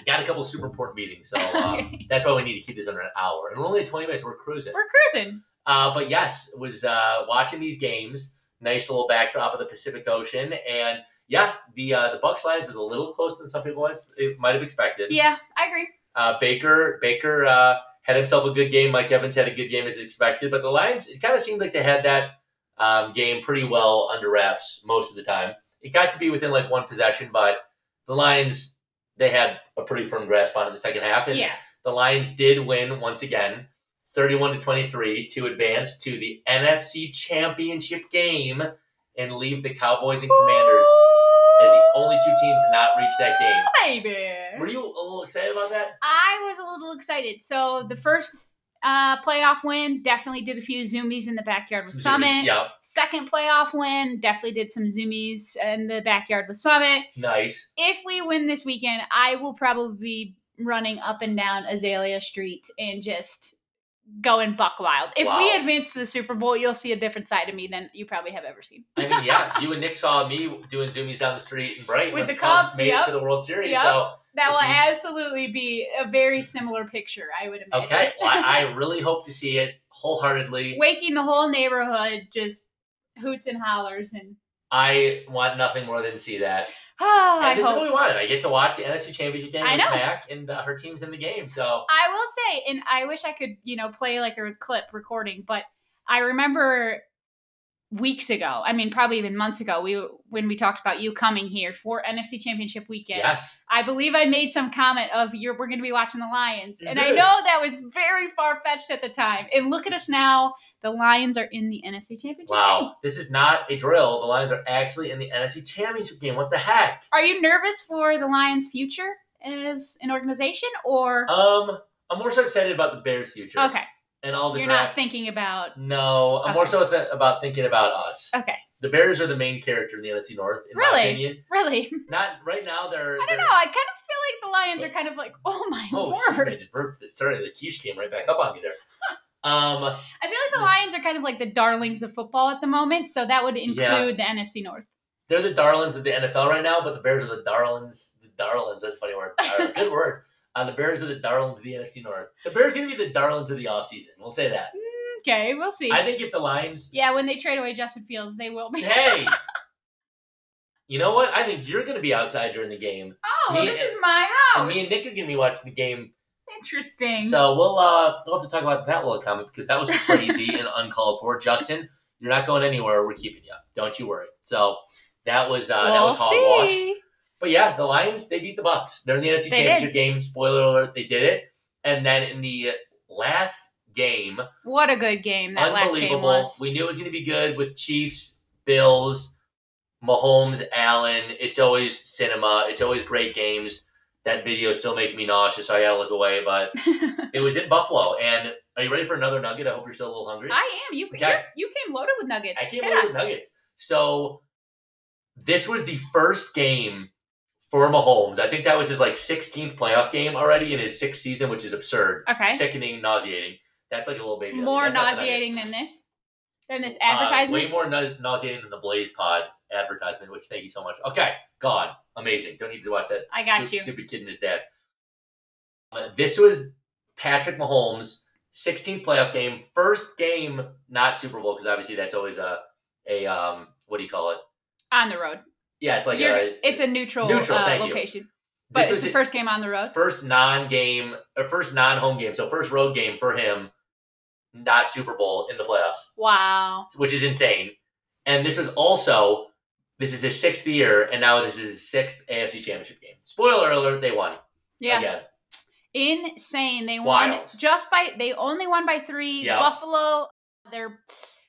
S1: Got a couple super important meetings, so uh, that's why we need to keep this under an hour. And we're only at 20 minutes. We're cruising.
S2: We're cruising.
S1: Uh, but yes, was uh, watching these games. Nice little backdrop of the Pacific Ocean, and yeah, the uh, the Bucks Lions was a little closer than some people was- it might have expected.
S2: Yeah, I agree.
S1: Uh, Baker Baker uh, had himself a good game. Mike Evans had a good game as expected, but the Lions it kind of seemed like they had that um, game pretty well under wraps most of the time. It got to be within like one possession, but the Lions they had a pretty firm grasp on it in the second half. And
S2: Yeah.
S1: the Lions did win once again, thirty-one to twenty-three, to advance to the NFC Championship game and leave the Cowboys and Commanders as the only two teams to not reach that game. Were
S2: Baby.
S1: you a little excited about that?
S2: I was a little excited. So the first uh, playoff win definitely did a few zoomies in the backyard with
S1: Some
S2: Summit.
S1: zoomies. Yeah,
S2: Second playoff win definitely did some zoomies in the backyard with Summit.
S1: nice.
S2: If we win this weekend, I will probably be running up and down Azalea Street and just going buck wild. If we
S1: Wow.
S2: advance to the Super Bowl, you'll see a different side of me than you probably have ever seen.
S1: I mean, yeah, you and Nick saw me doing zoomies down the street in Brighton
S2: With
S1: when
S2: the Cubs,
S1: made
S2: yep.
S1: it to the World Series.
S2: Yep.
S1: So
S2: That will
S1: Mhm.
S2: absolutely be a very similar picture, I would imagine.
S1: okay, well, I, I really hope to see it wholeheartedly.
S2: Waking the whole neighborhood just hoots and hollers and
S1: I want nothing more than to see that.
S2: oh,
S1: And
S2: I
S1: this is what
S2: hope.
S1: we wanted. I get to watch the NFC Championship game
S2: I
S1: with
S2: know.
S1: Mac, and uh, her team's in the game. So
S2: I will say, and I wish I could, you know, play like a clip recording, but I remember weeks ago, I mean, probably even months ago, we when we talked about you coming here for NFC Championship weekend.
S1: yes,
S2: I believe I made some comment of you're we're going to be watching the Lions,
S1: You
S2: and I
S1: did.
S2: know that was very far fetched at the time. And look at us now; the Lions are in the NFC Championship. game.
S1: wow, this is not a drill. The Lions are actually in the NFC Championship game. What the heck?
S2: Are you nervous for the Lions' future as an organization, or
S1: Um, I'm more so excited about the Bears' future
S2: okay,
S1: and all the
S2: you're not
S1: draft.
S2: thinking about
S1: no, I'm more
S2: Okay.
S1: so th- about thinking about us.
S2: okay,
S1: The Bears are the main character in the NFC North, in my
S2: Really?
S1: opinion.
S2: really?
S1: Not right now. They're
S2: I
S1: they're-
S2: don't know. I kind of feel like the Lions are kind of like, oh my
S1: Oh, excuse
S2: word.
S1: me, I just burped. Sorry, the quiche came right back up on me there. Um,
S2: I feel like the Lions are kind of like the darlings of football at the moment, so that would include
S1: Yeah.
S2: the NFC North.
S1: they're the darlings of the NFL right now, but the Bears are the darlings. The darlings. That's a funny word. Uh, good word. Uh, the Bears are the darlings of the NFC North. The Bears are going to be the darlings of the offseason. We'll say that.
S2: Okay, we'll see.
S1: I think if the Lions.
S2: yeah, when they trade away Justin Fields, they will be.
S1: Hey! You know what? I think you're going to be outside during the game.
S2: Oh, well,
S1: me
S2: this
S1: and-
S2: is my house.
S1: And me and Nick are going to be watching the game.
S2: Interesting.
S1: So we'll, uh, we'll have to talk about that little comment because that was crazy and uncalled for. Justin, you're not going anywhere. We're keeping you. Don't you worry. So that was uh, that was hogwash. But yeah, the Lions they beat the Bucks. They're in the NFC
S2: They
S1: Championship game. Spoiler alert, they did it. And then in the last game,
S2: What a good game that last game
S1: unbelievable.
S2: was.
S1: We knew it was going to be good with Chiefs, Bills, Mahomes, Allen. It's always cinema. It's always great games. That video still makes me nauseous, so I gotta look away. But it was in Buffalo. And are you ready for another nugget? I hope you're still a little hungry.
S2: I am. You
S1: Okay.
S2: you're- you came loaded with nuggets.
S1: I can't
S2: Hit
S1: believe
S2: us.
S1: the Nuggets. So this was the first game for Mahomes. I think that was his like 16th playoff game already in his sixth season, which is absurd,
S2: Okay.
S1: sickening, nauseating. That's like a little baby. nugget.
S2: More
S1: That's not the
S2: nauseating than this. Than this
S1: nugget. Uh,
S2: advertisement.
S1: way more nau- nauseating than the Blaze Pod advertisement. Which thank you so much. Okay, God, amazing. Don't need to watch that.
S2: I got
S1: stu-
S2: you.
S1: Stupid kid and his dad. Uh, this was Patrick Mahomes' 16th playoff game, first game, not Super Bowl, because obviously that's always a a um what do you call it?
S2: on the road.
S1: Yeah, it's like
S2: You're-
S1: a
S2: it's a neutral,
S1: neutral,
S2: uh,
S1: thank you.
S2: location.
S1: this
S2: But it's
S1: was
S2: the
S1: his
S2: first game on the road.
S1: first non-game or first non-home game, so first road game for him, not Super Bowl in the playoffs,
S2: Wow.
S1: which is insane. And this was also this is his sixth year, and now this is his sixth AFC Championship game. Spoiler alert: they won
S2: Yeah.
S1: again.
S2: Insane. They won
S1: Wild.
S2: just by they only won by three.
S1: Yep.
S2: Buffalo, their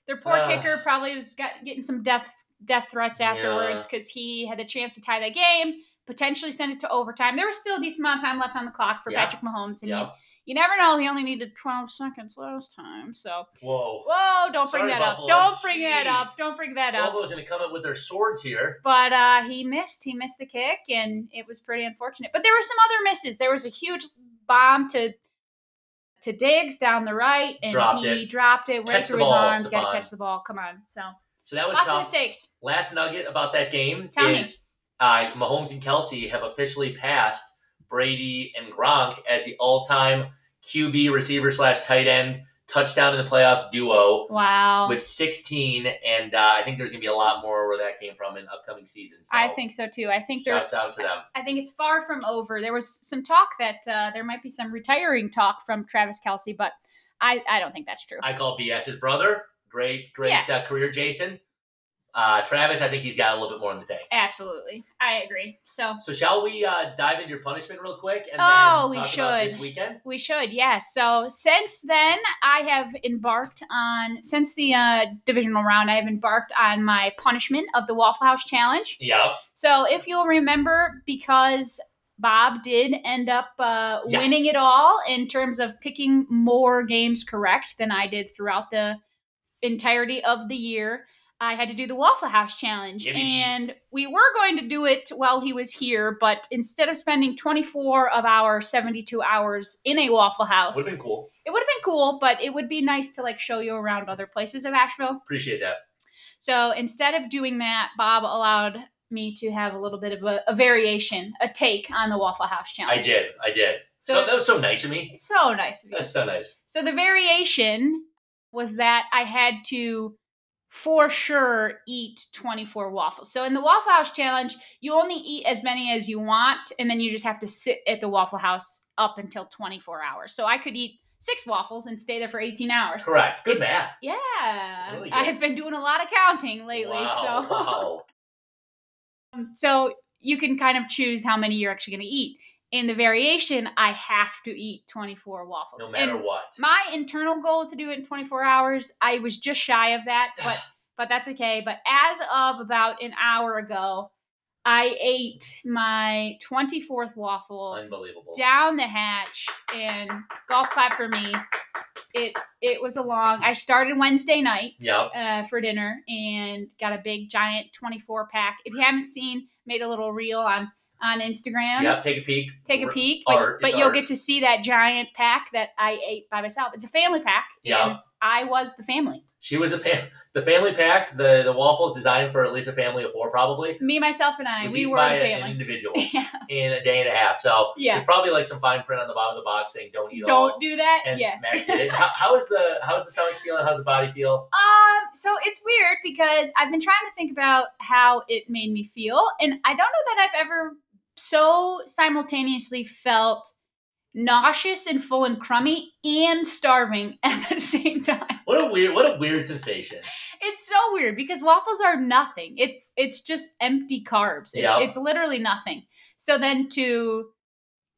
S2: their poor
S1: Ah.
S2: kicker probably was got, getting some death death threats afterwards because he had the chance to tie that game, potentially send it to overtime. There was still a decent amount of time left on the clock for
S1: Yeah.
S2: Patrick Mahomes, and
S1: Yep.
S2: you, you never know. He only needed twelve seconds last time, so
S1: Whoa.
S2: whoa! Don't bring
S1: Sorry,
S2: that
S1: Buffalo.
S2: up. Don't bring that
S1: Jeez.
S2: up. Don't bring that up.
S1: Buffalo's going to come up with their swords here.
S2: But uh, he missed. He missed the kick, and it was pretty unfortunate. But there were some other misses. There was a huge bomb to to Diggs down the right, and
S1: Dropped
S2: he
S1: it.
S2: dropped it right
S1: Catch the
S2: through
S1: ball,
S2: his arms. Got
S1: Stephon.
S2: to catch the ball. Come on. So
S1: So that was
S2: lots of
S1: tough.
S2: mistakes.
S1: Last nugget about that game
S2: Tell me.
S1: is uh, Mahomes and Kelsey have officially passed Brady and Gronk as the all-time QB receiver slash tight end touchdown in the playoffs duo
S2: Wow.
S1: with 16, and uh, I think there's gonna be a lot more where that came from in upcoming seasons. So
S2: I think so too. I think there.
S1: shouts out to them.
S2: I think it's far from over. There was some talk that uh, there might be some retiring talk from Travis Kelsey, but I I don't think that's true.
S1: I call BS his brother. Great, great
S2: Yeah.
S1: uh, career, Jason. Uh, Travis, I think he's got a little bit more in the tank.
S2: Absolutely, I agree. So
S1: So shall we uh, dive into your punishment real quick and
S2: Oh, we
S1: then talk about
S2: should.
S1: this weekend?
S2: We should, yes. So since then, I have embarked on since the uh, divisional round. I have embarked on my punishment of the Waffle House challenge.
S1: Yeah.
S2: So if you'll remember, because Bob did end up uh,
S1: Yes.
S2: winning it all in terms of picking more games correct than I did throughout the entirety of the year. I had to do the Waffle House challenge,
S1: Yippee.
S2: and we were going to do it while he was here, but instead of spending 24 of our 72 hours in a Waffle House,
S1: Would have been cool.
S2: it would have been cool, but it would be nice to like show you around other places of Asheville.
S1: Appreciate that.
S2: So instead of doing that, Bob allowed me to have a little bit of a, a variation, a take on the Waffle House
S1: I
S2: challenge.
S1: did. I did. So,
S2: So,
S1: that was so nice of me.
S2: so nice of you.
S1: That's so nice.
S2: So the variation was that I had to for sure eat 24 waffles. So in the Waffle House challenge, you only eat as many as you want and then you just have to sit at the Waffle House up until 24 hours. So I could eat 6 waffles and stay there for 18 hours.
S1: Correct. Good
S2: It's-
S1: math.
S2: Yeah.
S1: Really good.
S2: I've been doing a lot of counting lately,
S1: wow,
S2: so
S1: wow.
S2: Um, So you can kind of choose how many you're actually going to eat. In the variation, I have to eat 24 waffles.
S1: No matter
S2: And
S1: what.
S2: My internal goal is to do it in 24 hours. I was just shy of that, but but that's okay. But as of about an hour ago, I ate my 24th waffle
S1: Unbelievable.
S2: down the hatch and golf clap for me. It it was a long. I started Wednesday night
S1: Yep.
S2: uh, for dinner and got a big giant 24 pack. If you haven't seen, made a little reel on on Instagram.
S1: Yep. Take a peek.
S2: Take a
S1: We're-
S2: peek,
S1: art,
S2: but,
S1: it's
S2: but you'll
S1: art.
S2: get to see that giant pack that I ate by myself. It's a family pack.
S1: Yeah.
S2: and I was the family.
S1: She was the fam- the family pack. The the waffles designed for at least a family of four, probably.
S2: Me, myself, and I,
S1: was
S2: we
S1: eaten
S2: were
S1: by a-
S2: the
S1: an
S2: family.
S1: individual
S2: Yeah.
S1: in a day and a half. So
S2: Yeah.
S1: there's probably like some fine print on the bottom of the box saying "Don't eat all."
S2: Don't do that.
S1: And
S2: yeah.
S1: Mac did it. How, how is the how's the stomach feeling? How's the body feel?
S2: Um, so it's weird because I've been trying to think about how it made me feel, and I don't know that I've ever so simultaneously felt nauseous and full and crummy and starving at the same time.
S1: What a weird what a weird sensation.
S2: It's so weird because waffles are nothing. It's it's just empty carbs. It's
S1: Yeah.
S2: it's literally nothing. So then to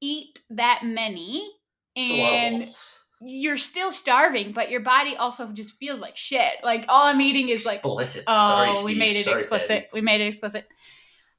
S2: eat that many
S1: It's a lot of
S2: and
S1: waffles.
S2: you're still starving, but your body also just feels like shit. Like all I'm eating is like
S1: explicit.
S2: Oh,
S1: Sorry, Steve.
S2: we made it
S1: Sorry,
S2: explicit.
S1: Patty.
S2: We made it explicit.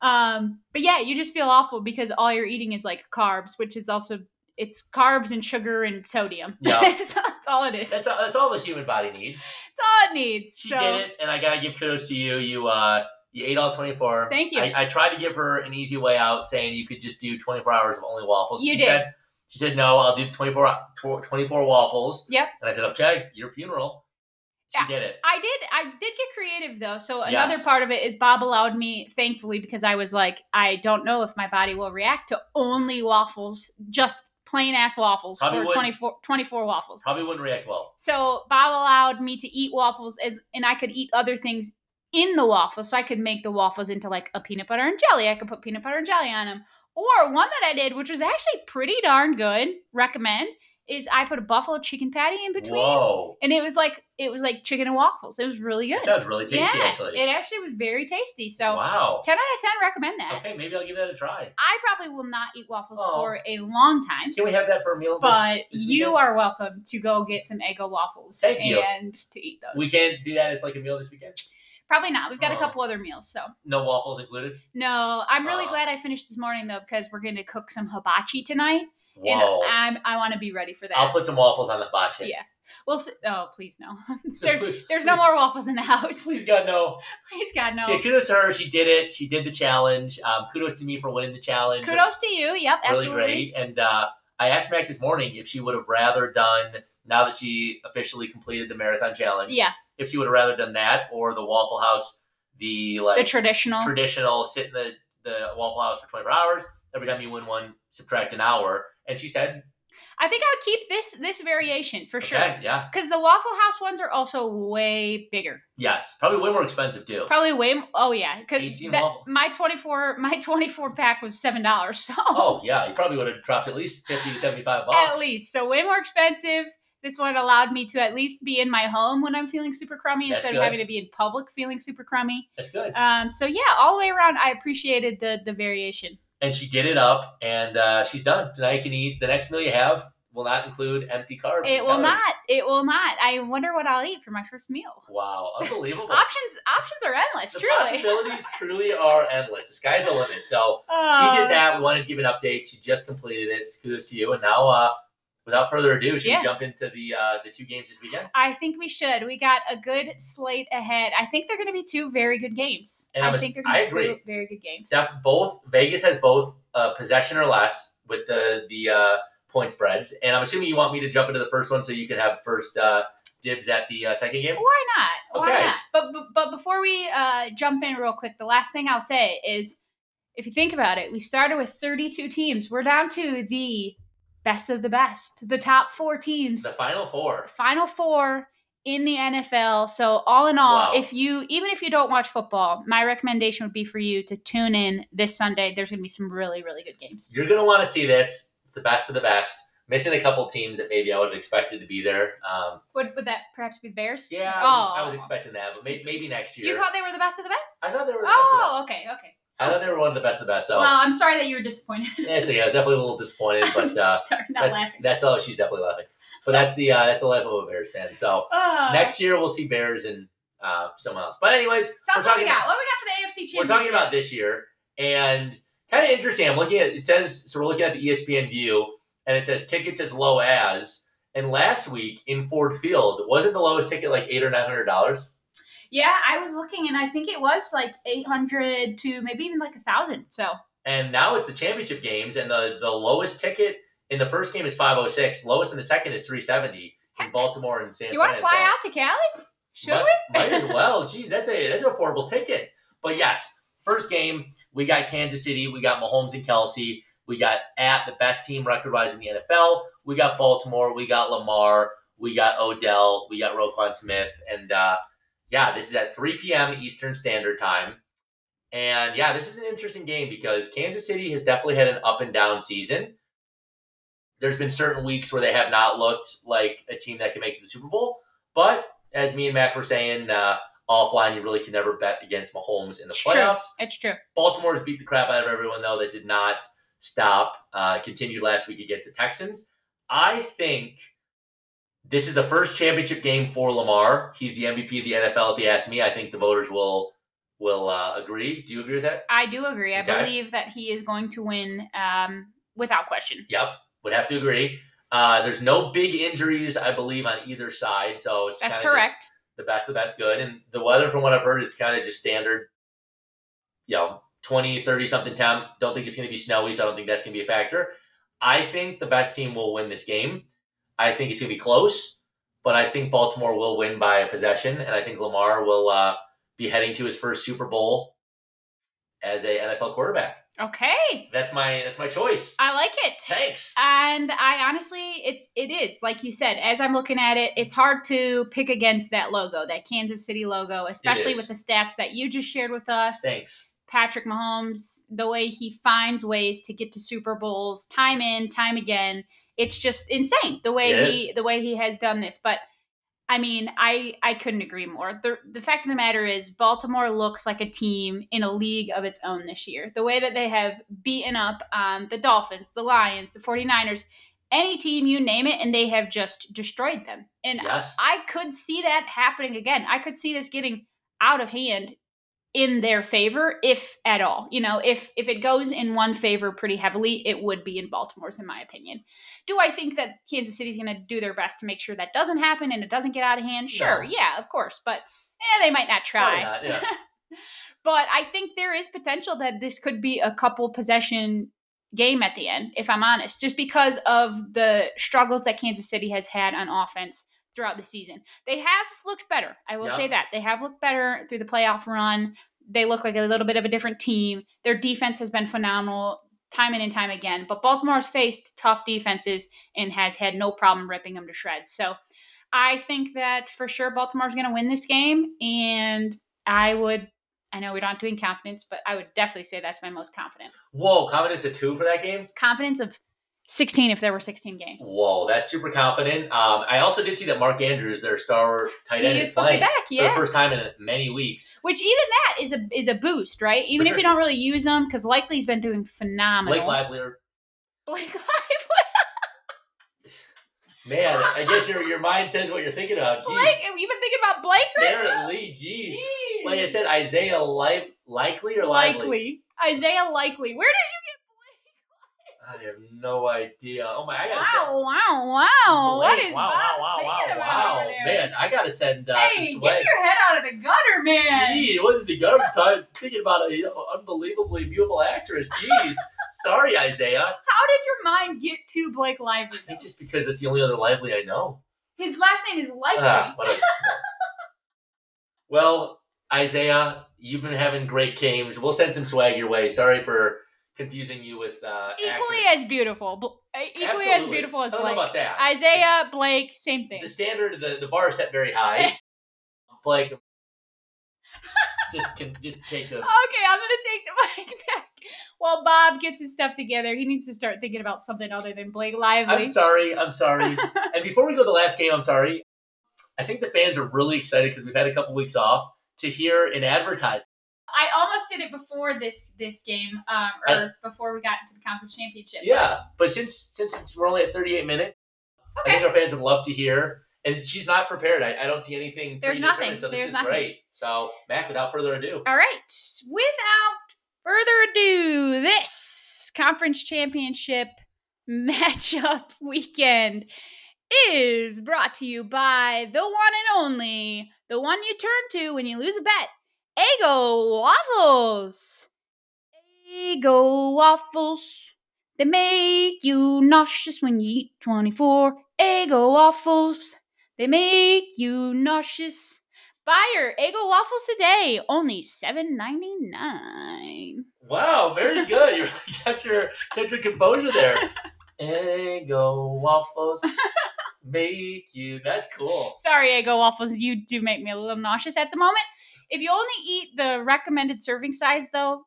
S2: Um, but yeah, you just feel awful because all you're eating is like carbs, which is also it's carbs and sugar and sodium.
S1: Yeah.
S2: that's, that's all it is. That's
S1: That's all, that's all the human body needs.
S2: all it needs.
S1: She
S2: so
S1: did it, and I gotta give kudos to you. You uh, you ate all twenty four.
S2: Thank you.
S1: I, I tried to give her an easy way out, saying you could just do twenty four hours of only waffles.
S2: You
S1: she
S2: did.
S1: Said, she said no. I'll do 24, hou- tw- 24 waffles.
S2: Yep.
S1: And I said okay. Your funeral. She
S2: Yeah.
S1: did it.
S2: I did. I did get creative though. So
S1: Yes.
S2: another part of it is Bob allowed me, thankfully, because I was like, I don't know if my body will react to only waffles, just plain ass waffles
S1: Probably
S2: for
S1: wouldn't.
S2: 24, 24 waffles.
S1: Probably wouldn't react well.
S2: So Bob allowed me to eat waffles as and I could eat other things in the waffle. So I could make the waffles into like a peanut butter and jelly. I could put peanut butter and jelly on them. Or one that I did, which was actually pretty darn good, recommend, is I put a buffalo chicken patty in between.
S1: Whoa.
S2: And it was like it was like chicken and waffles. It was really good.
S1: That sounds really tasty,
S2: yeah,
S1: actually.
S2: it actually was very tasty. So
S1: wow.
S2: ten out of ten, recommend that.
S1: Okay, maybe I'll give that a try.
S2: I probably will not eat waffles
S1: Oh.
S2: for a long time.
S1: Can we have that for a meal? this-
S2: But
S1: this
S2: you
S1: weekend?
S2: are welcome to go get some Eggo waffles
S1: Thank you.
S2: and to eat those.
S1: We can't do that as like a meal this weekend.
S2: Probably not. We've got a
S1: Oh.
S2: couple other meals, so
S1: No waffles included.
S2: no. I'm really
S1: Ah.
S2: glad I finished this morning though, because we're going to cook some hibachi tonight,
S1: Whoa.
S2: and I'm, I want to be ready for that.
S1: I'll put some waffles on the hibachi.
S2: Yeah. we'll see. Oh, please no.
S1: So
S2: There-
S1: please-
S2: There's no
S1: please-
S2: more waffles in the house. Please,
S1: Please God no.
S2: God no.
S1: Yeah, kudos to her. She did it. She did the challenge. Um, kudos to me for winning the challenge. It
S2: Kudos
S1: was
S2: to you. Yep,
S1: Really
S2: absolutely.
S1: great. And uh, I asked Mac this morning if she would have rather done now that she officially completed the marathon challenge.
S2: Yeah,
S1: If she would have rather done that or the Waffle House, the like
S2: the traditional.
S1: traditional sit in the, the Waffle House for 24 hours. Every time you win one, subtract an hour. And she said,
S2: I think I would keep this this variation for
S1: okay,
S2: sure.
S1: yeah,
S2: Because the Waffle House ones are also way bigger.
S1: yes. Probably way more expensive, too.
S2: Probably way. m- Oh yeah, because
S1: 18 waffle.
S2: my twenty four my twenty four pack was seven dollars. So
S1: Oh, yeah. You probably would have dropped at least 50 to 75 bucks.
S2: at least so way more expensive this one allowed me to at least be in my home when i'm feeling super crummy
S1: That's
S2: instead
S1: good.
S2: of having to be in public feeling super crummy
S1: That's good.
S2: um, so yeah all the way around i appreciated the the variation
S1: and she did it up, and uh, she's done. Now you can eat the next meal you have will not include empty carbs. and
S2: it will
S1: calories.
S2: not it will not i wonder what i'll eat for my first meal
S1: Wow, unbelievable.
S2: options options are endless
S1: the
S2: truly
S1: possibilities truly are endless. The sky's the limit. So she
S2: Uh,
S1: did that. We wanted to give an update. She just completed it. Kudos to you. And now, uh, without further ado, should
S2: Yeah.
S1: we jump into the uh, the two games this weekend?
S2: i think we should we got a good slate ahead i think they're going to be two very good games
S1: And I'm
S2: i
S1: a-
S2: think they're going
S1: I
S2: to be two
S1: agree.
S2: very good games
S1: That both Vegas has both uh, possession or less with the the uh, point spreads, and I'm assuming you want me to jump into the first one so you can have first uh, dibs at the uh, second game.
S2: Why not? Why
S1: Okay.
S2: not? But, but but before we uh, jump in real quick, the last thing I'll say is, if you think about it, we started with 32 teams. We're down to the best of the best, the top four teams,
S1: The final four.
S2: final four in the NFL. So all in
S1: Wow.
S2: all, if you even if you don't watch football, my recommendation would be for you to tune in this Sunday. There's going to be some really really good games.
S1: You're going to want to see this. It's the best of the best. Missing a couple teams that maybe I would have expected to be there. Um,
S2: Would would that perhaps be the Bears?
S1: yeah, I was, I was
S2: Oh.
S1: expecting that, but may, maybe next year.
S2: You thought they were the best of the best?
S1: I thought they were the best of the
S2: Oh,
S1: best.
S2: okay, okay.
S1: I thought they were one of the best of the best. So
S2: Well, I'm sorry that you were disappointed.
S1: yeah, it's okay. I was definitely a little disappointed, but uh,
S2: sorry, not
S1: that's,
S2: laughing.
S1: that's oh, she's definitely laughing. But that's the uh, that's the life of a Bears fan. So
S2: Uh,
S1: next year we'll see Bears and uh, someone else. But anyways,
S2: tell us
S1: we're
S2: what we
S1: talking
S2: got. what we got for the AFC Championship?
S1: we're talking about this year and kind of interesting i'm looking at it says so we're looking at the E espn view and it says tickets as low as and last week in ford field wasn't the lowest ticket like eight or nine hundred dollars
S2: Yeah, I was looking, and I think it was like eight hundred to maybe even like a thousand. So
S1: and now it's the championship oh games and the the lowest ticket in the first game is 506 lowest in the second is 370 in Baltimore and San.
S2: You want to
S1: Fran,
S2: fly
S1: so-
S2: out to Cali? Should
S1: might,
S2: we?
S1: might as well. Geez, that's a that's an affordable ticket. But yes, first game we got Kansas City, we got Mahomes and Kelsey, we got at the best team record wise in the NFL, we got Baltimore, we got Lamar, we got Odell, we got Roquan Smith, and uh, yeah, this is at 3 p.m. Eastern Standard Time. And yeah, this is an interesting game because Kansas City has definitely had an up and down season. There's been certain weeks where they have not looked like a team that can make it to the Super Bowl, but as me and Mac were saying, uh, offline, you really can never bet against Mahomes in the
S2: It's true.
S1: playoffs.
S2: It's true.
S1: Baltimore's beat the crap out of everyone, though. That did not stop. Uh, continued last week against the Texans. I think this is the first championship game for Lamar. He's the MVP of the NFL. If you ask me, I think the voters will will uh, agree. Do you agree with that?
S2: I do agree. I
S1: Okay.
S2: believe that he is going to win um, without question.
S1: Yep, would have to agree. Uh, there's no big injuries, I believe, on either side, so it's
S2: That's
S1: kinda just-
S2: correct.
S1: the best of the best good. And the weather, from what I've heard, is kind of just standard, you know, 20, 30 something temp. Don't think it's going to be snowy, so I don't think that's going to be a factor. I think the best team will win this game. I think it's going to be close, but I think Baltimore will win by a possession. And I think Lamar will uh, be heading to his first Super Bowl as a NFL quarterback.
S2: Okay.
S1: That's my that's my choice.
S2: I like it.
S1: Thanks.
S2: And I honestly, it's it is like you said. As I'm looking at it, it's hard to pick against that logo, that Kansas City logo, especially
S1: is.
S2: with the stats that you just shared with us.
S1: Thanks.
S2: Patrick Mahomes, the way he finds ways to get to Super Bowls time in, time again. It's just insane the way
S1: It
S2: he the way he has done this. But I mean, I I couldn't agree more. The the fact of the matter is Baltimore looks like a team in a league of its own this year. The way that they have beaten up on the Dolphins, the Lions, the 49ers, any team you name it and they have just destroyed them. And
S1: Yes.
S2: I could see that happening again. I could see this getting out of hand in their favor if at all. You know, if if it goes in one favor pretty heavily, it would be in Baltimore's in my opinion. Do I think that Kansas City's going to do their best to make sure that doesn't happen and it doesn't get out of hand? Sure.
S1: No.
S2: Yeah, of course, but eh, they might not
S1: Probably
S2: try.
S1: not, yeah.
S2: But I think there is potential that this could be a couple possession game at the end, if I'm honest, just because of the struggles that Kansas City has had on offense throughout the season. They have looked better. I will
S1: Yeah.
S2: say that. They have looked better through the playoff run. They look like a little bit of a different team. Their defense has been phenomenal time in and time again. But Baltimore's faced tough defenses and has had no problem ripping them to shreds. So I think that for sure Baltimore's going to win this game. And I would, I know we're not doing confidence, but I would definitely say that's my most confident.
S1: Whoa, confidence a two for that game?
S2: Confidence of 16 if there were 16 games.
S1: Whoa, that's super confident. Um, I also did see that Mark Andrews, their star tight
S2: He
S1: end,
S2: is
S1: is
S2: supposed to be
S1: playing
S2: back,
S1: for the
S2: yeah.
S1: first time in many weeks.
S2: Which even that is a is a boost, right? Even if
S1: sure.
S2: you don't really use them, because Likely's been doing phenomenal.
S1: Blake Livelier,
S2: Blake Lively.
S1: man, I guess your your mind says what you're thinking about. Jeez,
S2: Blake, have you been thinking about Blake right now?
S1: apparently, jeez.
S2: Jeez.
S1: Like I said, Isaiah Li- likely or lively?
S2: Likely. Isaiah Likely. Where did
S1: I have no idea. Oh my, I
S2: you get
S1: gotta
S2: Blake?
S1: send.
S2: Wow, wow, wow. what
S1: Blake,
S2: is
S1: wow,
S2: Bob
S1: wow, wow,
S2: thinking
S1: wow,
S2: about over
S1: wow,
S2: there?
S1: man! I gotta send uh,
S2: Hey,
S1: some swag.
S2: get your head out of the gutter, man.
S1: Gee, it wasn't the garbage time. Thinking about an unbelievably beautiful actress. Jeez, sorry, Isaiah.
S2: How did your mind get to Blake Lively?
S1: I think just because it's the only other lively I know.
S2: His last name is Lively.
S1: Ah, whatever. well, Isaiah, you've been having great games. We'll send some swag your way. Sorry for confusing you with uh,
S2: equally
S1: actors.
S2: as beautiful. Bl- uh, Equally as
S1: Absolutely.
S2: beautiful as
S1: I don't know
S2: Blake.
S1: about that.
S2: Isaiah, Blake, same thing.
S1: the standard, the, the bar is set very high. Blake, just can, just take the.
S2: Okay, I'm gonna take the mic back. While Bob gets his stuff together, he needs to start thinking about something other than Blake Lively.
S1: I'm sorry. I'm sorry. and before we go to the last game, I'm sorry. I think the fans are really excited because we've had a couple weeks off to hear an advertisement.
S2: I almost did it before this this game, um, or before we got into the conference championship.
S1: Yeah, but since since it's, we're only at 38 minutes. I
S2: Okay.
S1: think our fans would love to hear. And she's not prepared. I, I don't see anything.
S2: There's
S1: predetermined,
S2: nothing.
S1: So this
S2: There's
S1: is
S2: nothing.
S1: great. So Mac, without further ado,
S2: All right. Without further ado, this conference championship matchup weekend is brought to you by the one and only, the one you turn to when you lose a bet, Ego Waffles. Ego Waffles. They make you nauseous when you eat 24 Ego Waffles. They make you nauseous. Buy your Eggo waffles today, only seven ninety nine.
S1: Wow, very good. You kept your kept your composure there. Eggo waffles make you. That's cool.
S2: Sorry, Eggo waffles, you do make me a little nauseous at the moment. If you only eat the recommended serving size, though,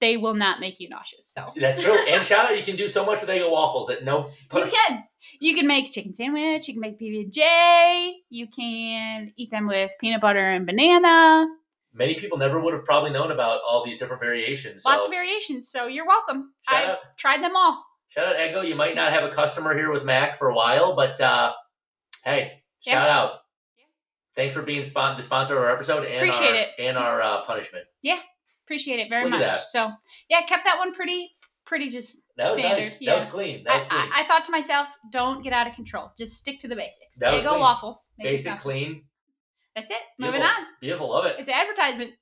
S2: they will not make you nauseous. So
S1: That's true. And shout out, you can do so much with Eggo waffles that no.
S2: you can you can make chicken sandwich, you can make PB and J, you can eat them with peanut butter and banana.
S1: Many people never would have probably known about all these different variations. So
S2: Lots of variations. So you're welcome.
S1: Shout
S2: I've
S1: out.
S2: tried them all.
S1: shout out Eggo. You might not have a customer here with Mac for a while, but uh, hey,
S2: Yeah.
S1: shout out.
S2: Yeah.
S1: Thanks for being spon- the sponsor of our episode and
S2: Appreciate
S1: our,
S2: it.
S1: and our uh, punishment.
S2: Appreciate it very
S1: Look at
S2: much.
S1: that.
S2: So yeah, kept that one pretty pretty just
S1: That was
S2: standard.
S1: nice.
S2: Yeah.
S1: That was clean. That was clean.
S2: I, I, I thought to myself, don't get out of control. Just stick to the basics.
S1: That was
S2: Eggo
S1: clean.
S2: waffles. make us
S1: Basic,
S2: nauseous.
S1: clean,
S2: That's it. Moving
S1: Beautiful.
S2: on.
S1: beautiful. Love it.
S2: It's an advertisement.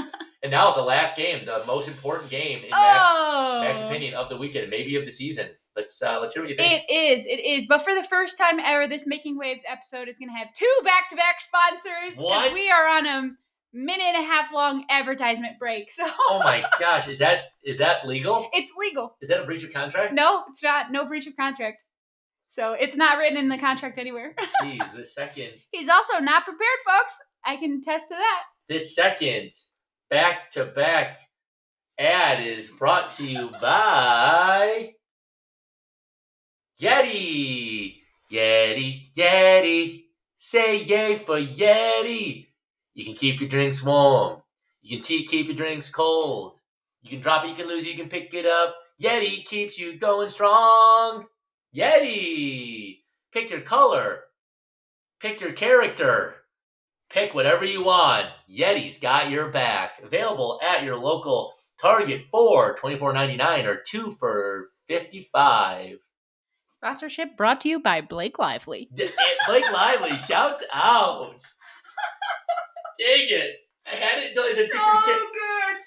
S1: And now the last game, the most important game in Mac's,
S2: oh,
S1: Mac's opinion of the weekend, maybe of the season. Let's uh, let's hear what you think.
S2: It is. It is. But for the first time ever, this Making Waves episode is going to have two back to back sponsors. 'cause
S1: What?
S2: We are on a minute and a half long advertisement break. So
S1: oh my gosh, is that is that legal?
S2: it's legal.
S1: Is that a breach of contract?
S2: No, it's not. No breach of contract. So it's not written in the contract anywhere.
S1: Jeez, the second
S2: He's also not prepared, folks. I can attest to that.
S1: this second back to back ad is brought to you by Yeti. Yeti, Yeti. Say yay for Yeti. You can keep your drinks warm. You can te- keep your drinks cold. You can drop it, you can lose it, you can pick it up. Yeti keeps you going strong. Yeti. Pick your color. Pick your character. Pick whatever you want. Yeti's got your back. Available at your local Target for twenty four ninety nine or two for fifty five.
S2: Sponsorship brought to you by Blake Lively.
S1: Blake Lively shouts out. Dang it! I had it until I
S2: So
S1: said
S2: good.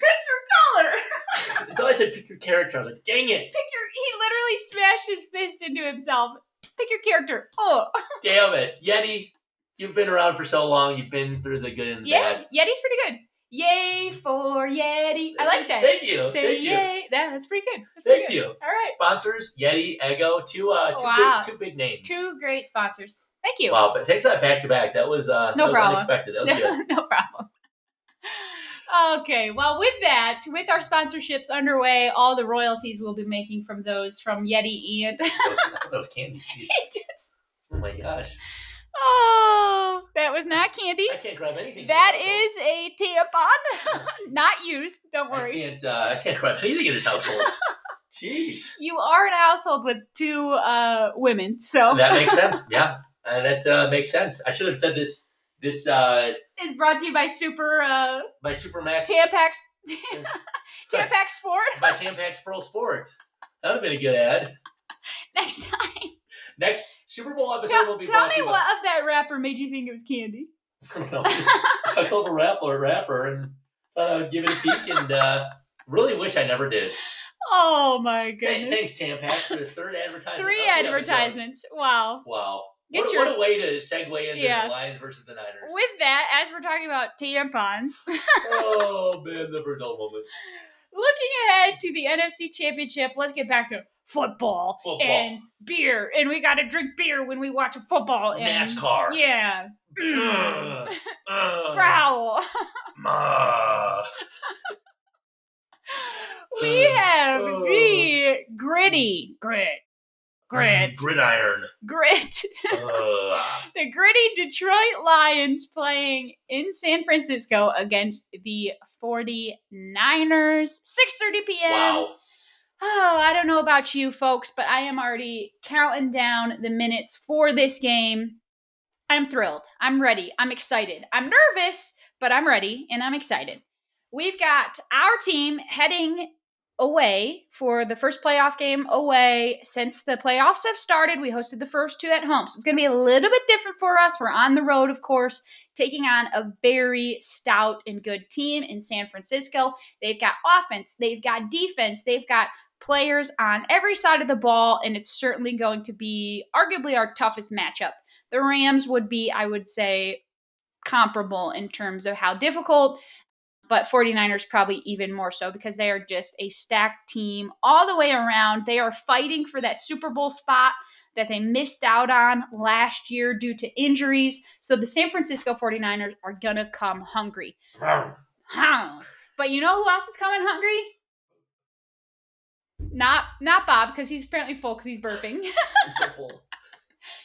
S2: Pick
S1: pick your cha-
S2: your color.
S1: until I said pick your character. I was like, dang it,
S2: Pick your. He literally smashed his fist into himself. Pick your character. Oh.
S1: damn it, Yeti. You've been around for so long. You've been through the good and the
S2: Yeah,
S1: bad.
S2: Yeti's pretty good. Yay for Yeti. I like that.
S1: Thank you.
S2: Say
S1: Thank you.
S2: yay. That- that's pretty good. That's pretty
S1: Thank
S2: good.
S1: you.
S2: All right.
S1: Sponsors: Yeti, Ego. Two, uh, two,
S2: Wow.
S1: big, two big names.
S2: Two great sponsors. Thank you.
S1: Wow, but thanks for that back to back. That was uh,
S2: No
S1: that was
S2: problem.
S1: unexpected. That was good.
S2: no problem. Okay, well, with that, with our sponsorships underway, all the royalties we'll be making from those from Yeti and
S1: Those, those candy.
S2: just,
S1: Oh my gosh,
S2: oh, that was not candy.
S1: I can't grab anything.
S2: That is a tampon, not used. Don't
S1: I
S2: worry.
S1: can't. Uh, I can't grab anything in this household. Jeez,
S2: You are in a household with two uh, women, so
S1: that makes sense. Yeah, uh, that uh, makes sense. I should have said this. This uh,
S2: is brought to you by Super uh,
S1: by Supermax.
S2: Tampax Tampax Sport.
S1: by Tampax Pro Sport. That would have been a good ad.
S2: Next time,
S1: Next Super Bowl episode
S2: tell,
S1: will be.
S2: tell
S1: brought to you
S2: me
S1: by-
S2: what of that rapper made you think it was candy.
S1: I don't know, just sucked up a rapper, rapper, and thought I would give it a peek, and uh, really wish I never did.
S2: Oh my
S1: Th- thanks,
S2: goodness!
S1: Tampax, for the third advertisement. Oh,
S2: Three
S1: of the episode.
S2: advertisements. Wow.
S1: Wow.
S2: Get
S1: what,
S2: your-
S1: what a way to segue into
S2: Yeah.
S1: the Lions versus the Niners.
S2: With that, as we're talking about tampons,
S1: oh man, never a dull moment.
S2: looking ahead to the NFC Championship, let's get back to football,
S1: Football.
S2: and beer, and we got to drink beer when we watch football. And
S1: NASCAR. Uh.
S2: Yeah.
S1: Ugh. Ugh.
S2: Growl.
S1: Ma.
S2: We
S1: Uh,
S2: have
S1: oh.
S2: the gritty grit, grit,
S1: Gridiron. Uh,
S2: grit.
S1: Ugh.
S2: The gritty Detroit Lions playing in San Francisco against the 49ers. 6:30 p.m.
S1: wow.
S2: Oh, I don't know about you folks, but I am already counting down the minutes for this game. I'm thrilled. I'm ready. I'm excited. I'm nervous, but I'm ready and I'm excited. We've got our team heading away for the first playoff game away since the playoffs have started. We hosted the first two at home. So it's going to be a little bit different for us. We're on the road, of course, taking on a very stout and good team in San Francisco. They've got offense, they've got defense, they've got players on every side of the ball, and it's certainly going to be arguably our toughest matchup. The Rams would be, I would say, comparable in terms of how difficult, but 49ers probably even more so because they are just a stacked team all the way around. They are fighting for that Super Bowl spot that they missed out on last year due to injuries. So the San Francisco 49ers are going to come hungry. Huh. But you know who else is coming hungry? Not not Bob because he's apparently full because he's burping.
S1: I'm so full.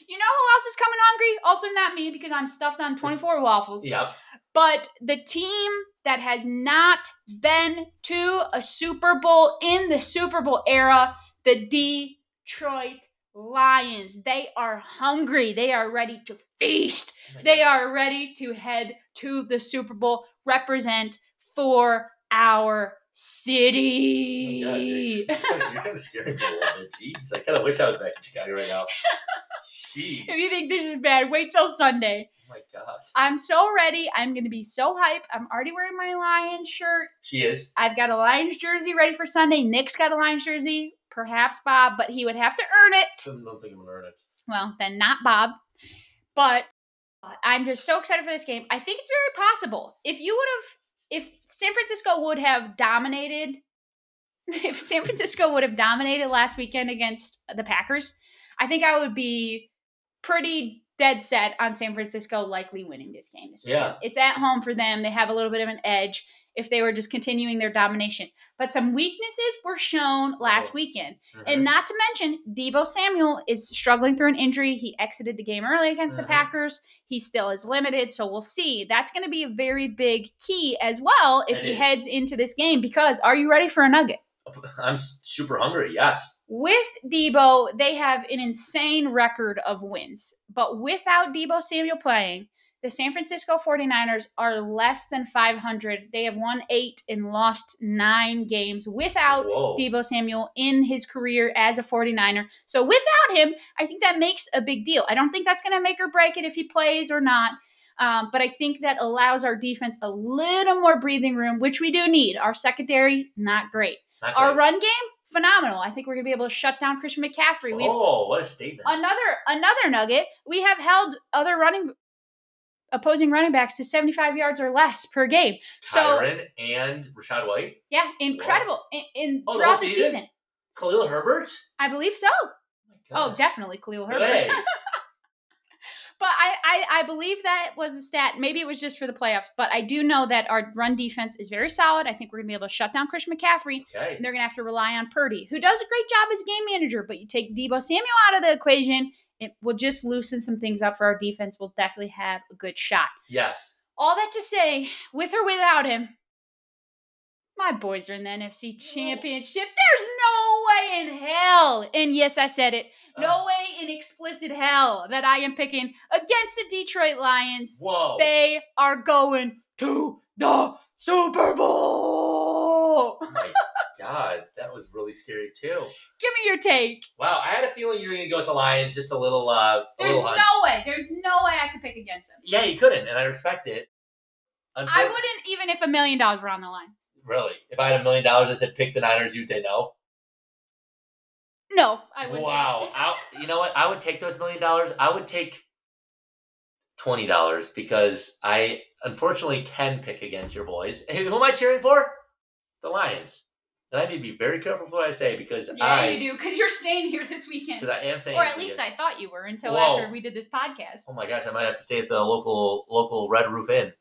S2: You know who else is coming hungry? Also not me because I'm stuffed on 24 waffles.
S1: Yep.
S2: But the team that has not been to a Super Bowl in the Super Bowl era, the Detroit Lions. They are hungry. They are ready to feast. They are ready to head to the Super Bowl, represent for our city.
S1: Oh my God, you're, you're kind of scaring me a little bit. Jeez, I kind of wish I was back in Chicago right now. Jeez.
S2: if you think this is bad, wait till Sunday.
S1: oh my God.
S2: I'm so ready. I'm going to be so hype. I'm already wearing my Lions shirt.
S1: She is.
S2: I've got a Lions jersey ready for Sunday. Nick's got a Lions jersey, perhaps Bob, but he would have to earn it.
S1: I don't think I'm gonna earn it.
S2: well, then not Bob. But I'm just so excited for this game. I think it's very possible. If you would have, if San Francisco would have dominated, if San Francisco would have dominated last weekend against the Packers, I think I would be pretty dead set on San Francisco likely winning this game. This
S1: Yeah.
S2: weekend. It's at home for them. They have a little bit of an edge if they were just continuing their domination. But some weaknesses were shown last
S1: Oh.
S2: weekend.
S1: Mhm.
S2: And not to mention, Debo Samuel is struggling through an injury. He exited the game early against
S1: Mhm.
S2: the Packers. He still is limited, so we'll see. That's going to be a very big key as well if
S1: It
S2: he
S1: is.
S2: heads into this game because are you ready for a nugget?
S1: I'm s- super hungry. Yes.
S2: With Debo, they have an insane record of wins. But without Debo Samuel playing, the San Francisco 49ers are less than 500. They have won eight and lost nine games without
S1: Whoa.
S2: Debo Samuel in his career as a 49er. So without him, I think that makes a big deal. I don't think that's going to make or break it if he plays or not. Um, but I think that allows our defense a little more breathing room, which we do need. Our secondary, not great.
S1: Not
S2: Our
S1: great.
S2: run game, phenomenal. I think we're gonna be able to shut down Christian McCaffrey. We've
S1: Oh, what a statement.
S2: another another nugget. We have held other running opposing running backs to 75 yards or less per game. So
S1: Tyron and Rashad White.
S2: yeah, incredible. In, in
S1: Oh, the whole
S2: throughout the
S1: season?
S2: season?
S1: Khalil Herbert.
S2: I believe so. Oh, definitely Khalil Herbert.
S1: Hey.
S2: But I, I, I believe that was a stat. Maybe it was just for the playoffs, but I do know that our run defense is very solid. I think we're gonna be able to shut down Christian McCaffrey.
S1: Okay.
S2: and they're going to have to rely on Purdy, who does a great job as a game manager. But you take Debo Samuel out of the equation, it will just loosen some things up for our defense. We'll definitely have a good shot.
S1: Yes.
S2: All that to say, with or without him, my boys are in the NFC Championship. There's no way in hell, and yes, I said it, no way in explicit hell that I am picking against the Detroit Lions.
S1: Whoa.
S2: They are going to the Super Bowl.
S1: Oh my God, that was really scary too.
S2: Give me your take.
S1: Wow, I had a feeling you were gonna go with the Lions, just a little, uh, a
S2: There's
S1: little hunch.
S2: no way. There's no way I could pick against him.
S1: yeah, you couldn't, and I respect it.
S2: I
S1: Unfor-
S2: wouldn't even if a million dollars were on the line.
S1: really. If I had a million dollars, I said pick the Niners. You'd say no.
S2: No, I wouldn't.
S1: Wow. I, you know what? I would take those million dollars. I would take twenty dollars because I unfortunately can pick against your boys. Hey, who am I cheering for? The Lions. And I need to be very careful with what I say because
S2: Yeah,
S1: I
S2: you do, because you're staying here this weekend.
S1: because I am saying
S2: Or
S1: this
S2: at least
S1: again.
S2: I thought you were until
S1: Whoa.
S2: after we did this podcast.
S1: Oh my gosh, I might have to stay at the local local Red Roof Inn.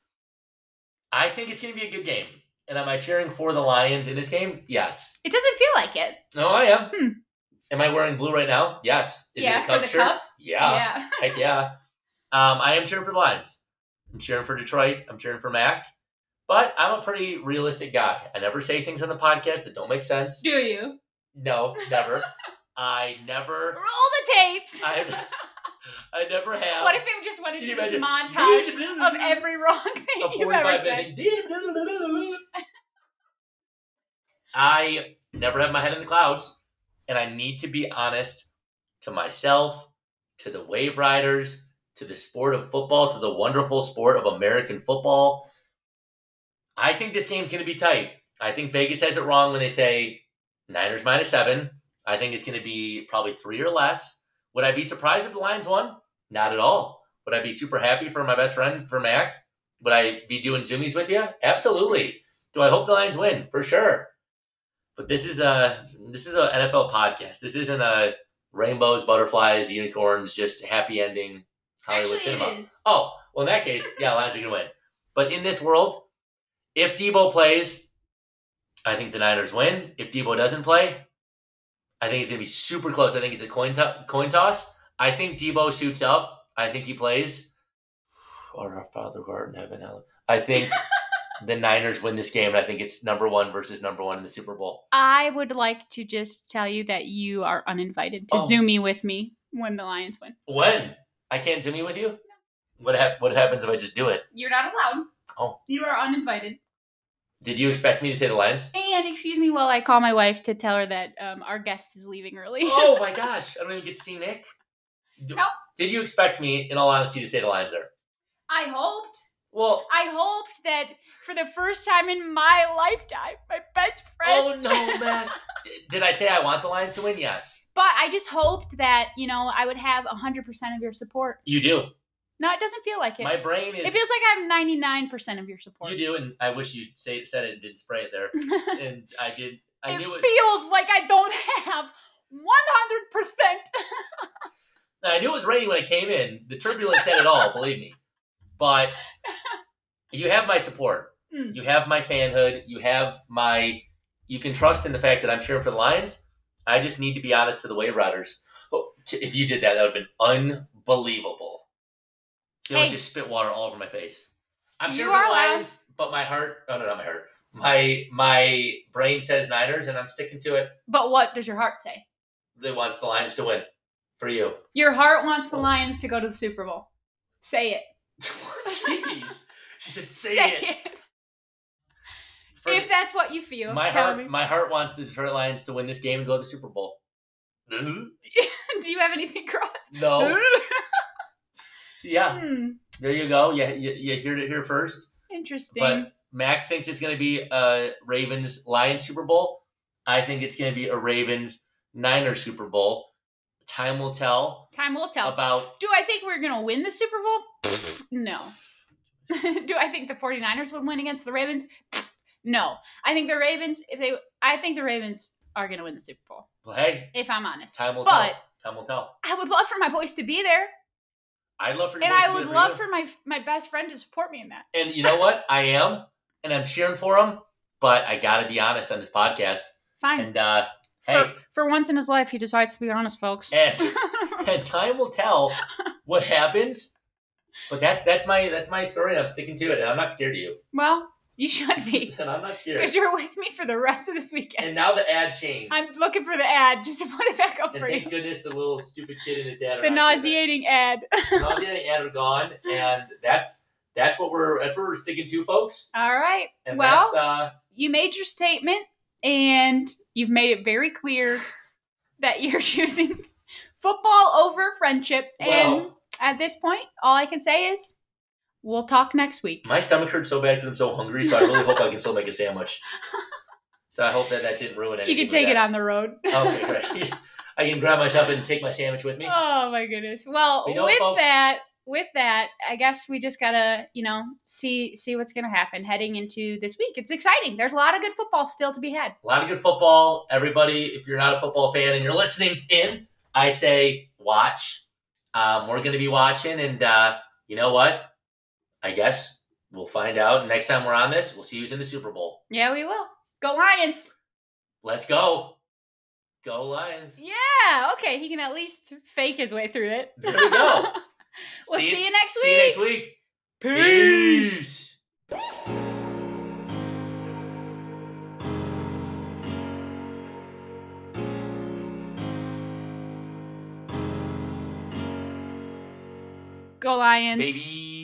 S1: I think it's gonna be a good game. And am I cheering for the Lions in this game? Yes.
S2: It doesn't feel like it.
S1: No, I am.
S2: Hmm.
S1: Am I wearing blue right now? Yes. Is
S2: yeah,
S1: it a
S2: for
S1: Cubs
S2: the
S1: shirt?
S2: Cubs.
S1: Yeah. Heck yeah. Um, I am cheering for the Lions. I'm cheering for Detroit. I'm cheering for Mac. But I'm a pretty realistic guy. I never say things on the podcast that don't make sense.
S2: Do you?
S1: No, never. I never.
S2: Roll the tapes.
S1: I, I never have.
S2: what if it just went
S1: Can
S2: into
S1: you
S2: this
S1: imagine?
S2: montage of every wrong thing
S1: A
S2: you've ever
S1: 45
S2: said?
S1: minute- I never have my head in the clouds, and I need to be honest to myself, to the wave riders, to the sport of football, to the wonderful sport of American football. I think this game's going to be tight. I think Vegas has it wrong when they say Niners minus seven. I think it's going to be probably three or less. Would I be surprised if the Lions won? Not at all. Would I be super happy for my best friend for Mac? Would I be doing zoomies with you? Absolutely. Do I hope the Lions win for sure? But this is a this is a NFL podcast. This isn't a rainbows, butterflies, unicorns, just happy ending Hollywood
S2: Actually,
S1: cinema.
S2: it is.
S1: Oh, well, in that case, yeah, Lions are going to win. But in this world, if Debo plays, I think the Niners win. If Debo doesn't play, I think it's going to be super close. I think it's a coin, to- coin toss. I think Debo shoots up. I think he plays. Or our Father who art in heaven. hallowed- I think the Niners win this game, and I think it's number one versus number one in the Super Bowl.
S2: I would like to just tell you that you are uninvited to
S1: Oh.
S2: Zoomy with me when the Lions win.
S1: When? I can't Jimmy with you? What, hap- what happens if I just do it?
S2: You're not allowed.
S1: Oh.
S2: You are uninvited.
S1: Did you expect me to say the Lions?
S2: And excuse me while I call my wife to tell her that um, our guest is leaving early.
S1: oh my gosh, I don't even get to see Nick. D-
S2: Nope.
S1: Did you expect me, in all honesty, to say the lines there?
S2: I hoped.
S1: Well,
S2: I hoped that for the first time in my lifetime, my best friend.
S1: oh no, man. D- Did I say I want the Lions to win? Yes,
S2: But I just hoped that, you know, I would have 100% of your support.
S1: you do.
S2: No, it doesn't feel like it.
S1: My brain
S2: it
S1: is.
S2: feels like I have 99% of your support.
S1: you do, and I wish you say said it and didn't spray it there. And I did. I
S2: it
S1: knew it.
S2: feels like I don't have 100%.
S1: I knew it was raining when I came in. The turbulence said it all, believe me. But you have my support.
S2: Mm.
S1: You have my fanhood. You have my. You can trust in the fact that I'm cheering for the Lions. I just need to be honest to the Wave Riders. Oh, t- if you did that, that would have been unbelievable. It would
S2: Hey.
S1: just spit water all over my face. I'm
S2: You
S1: cheering for
S2: are
S1: the
S2: allowed-
S1: Lions, but my heart. Oh no, not my heart. My my brain says Niners, and I'm sticking to it.
S2: But what does your heart say?
S1: They wants the Lions to win. For you.
S2: Your heart wants
S1: Oh.
S2: the Lions to go to the Super Bowl. Say it.
S1: Jeez. She said, say, it. For-
S2: If that's what you feel,
S1: my
S2: tell
S1: heart,
S2: me.
S1: my heart wants the Detroit Lions to win this game and go to the Super Bowl. no.
S2: Do you have anything crossed?
S1: So, yeah,
S2: Hmm,
S1: there you go. You, you, you heard it here first.
S2: interesting.
S1: But Mac thinks it's going to be a Ravens Lions Super Bowl. I think it's going to be a Ravens Niners Super Bowl. Time will tell
S2: Time will tell.
S1: about.
S2: Do I think we're going to win the Super Bowl? no. Do I think the 49ers would win against the Ravens? no. I think the Ravens if they I think the Ravens are going to win the Super Bowl,
S1: Well, hey,
S2: if I'm honest.
S1: time will
S2: But-
S1: tell. Time will tell.
S2: I would love for my boys to be there,
S1: I'd love for you
S2: and
S1: boys to do
S2: I
S1: it
S2: would
S1: for
S2: love
S1: you.
S2: for my my best friend to support me in that.
S1: And you know what? I am, and I'm cheering for him. But I got to be honest on this podcast.
S2: Fine.
S1: And uh,
S2: For,
S1: hey,
S2: for once in his life, he decides to be honest, folks.
S1: and and time will tell what happens. But that's that's my that's my story, and I'm sticking to it. And I'm not scared of you,
S2: well, you should be
S1: and I'm not scared.
S2: because you're with me for the rest of this weekend.
S1: And now the ad changed.
S2: I'm looking for the ad just to put it back up
S1: and
S2: for
S1: thank
S2: you.
S1: goodness the little stupid kid and his dad. Are
S2: The
S1: not doing
S2: nauseating ad.
S1: it. The nauseating ad are gone, and that's that's what we're that's what we're sticking to, folks.
S2: All right.
S1: And
S2: well,
S1: that's uh,
S2: you made your statement, and you've made it very clear that you're choosing football over friendship. and
S1: well,
S2: at this point, all I can say is we'll talk next week.
S1: my stomach hurts so bad because I'm so hungry. So I really hope I can still make a sandwich. So I hope that that didn't ruin
S2: You
S1: anything.
S2: can
S1: with
S2: take it
S1: that.
S2: on the road.
S1: Okay, great. I can grab myself and take my sandwich with me.
S2: Oh my goodness. Well,
S1: You know,
S2: with
S1: folks-
S2: that, with that, I guess we just gotta, you know, see see what's gonna happen heading into this week. It's exciting. There's a lot of good football still to be had.
S1: A lot of good football. Everybody, if you're not a football fan and you're listening in, I say watch. Um, we're going to be watching, and uh, you know what? I guess we'll find out next time we're on this. We'll see who's in the Super Bowl.
S2: Yeah, we will. Go Lions.
S1: Let's go. Go Lions.
S2: Yeah. Okay. He can at least fake his way through it.
S1: There we go.
S2: we'll see, you next week.
S1: See you next week. Peace.
S2: Go Lions.
S1: Baby.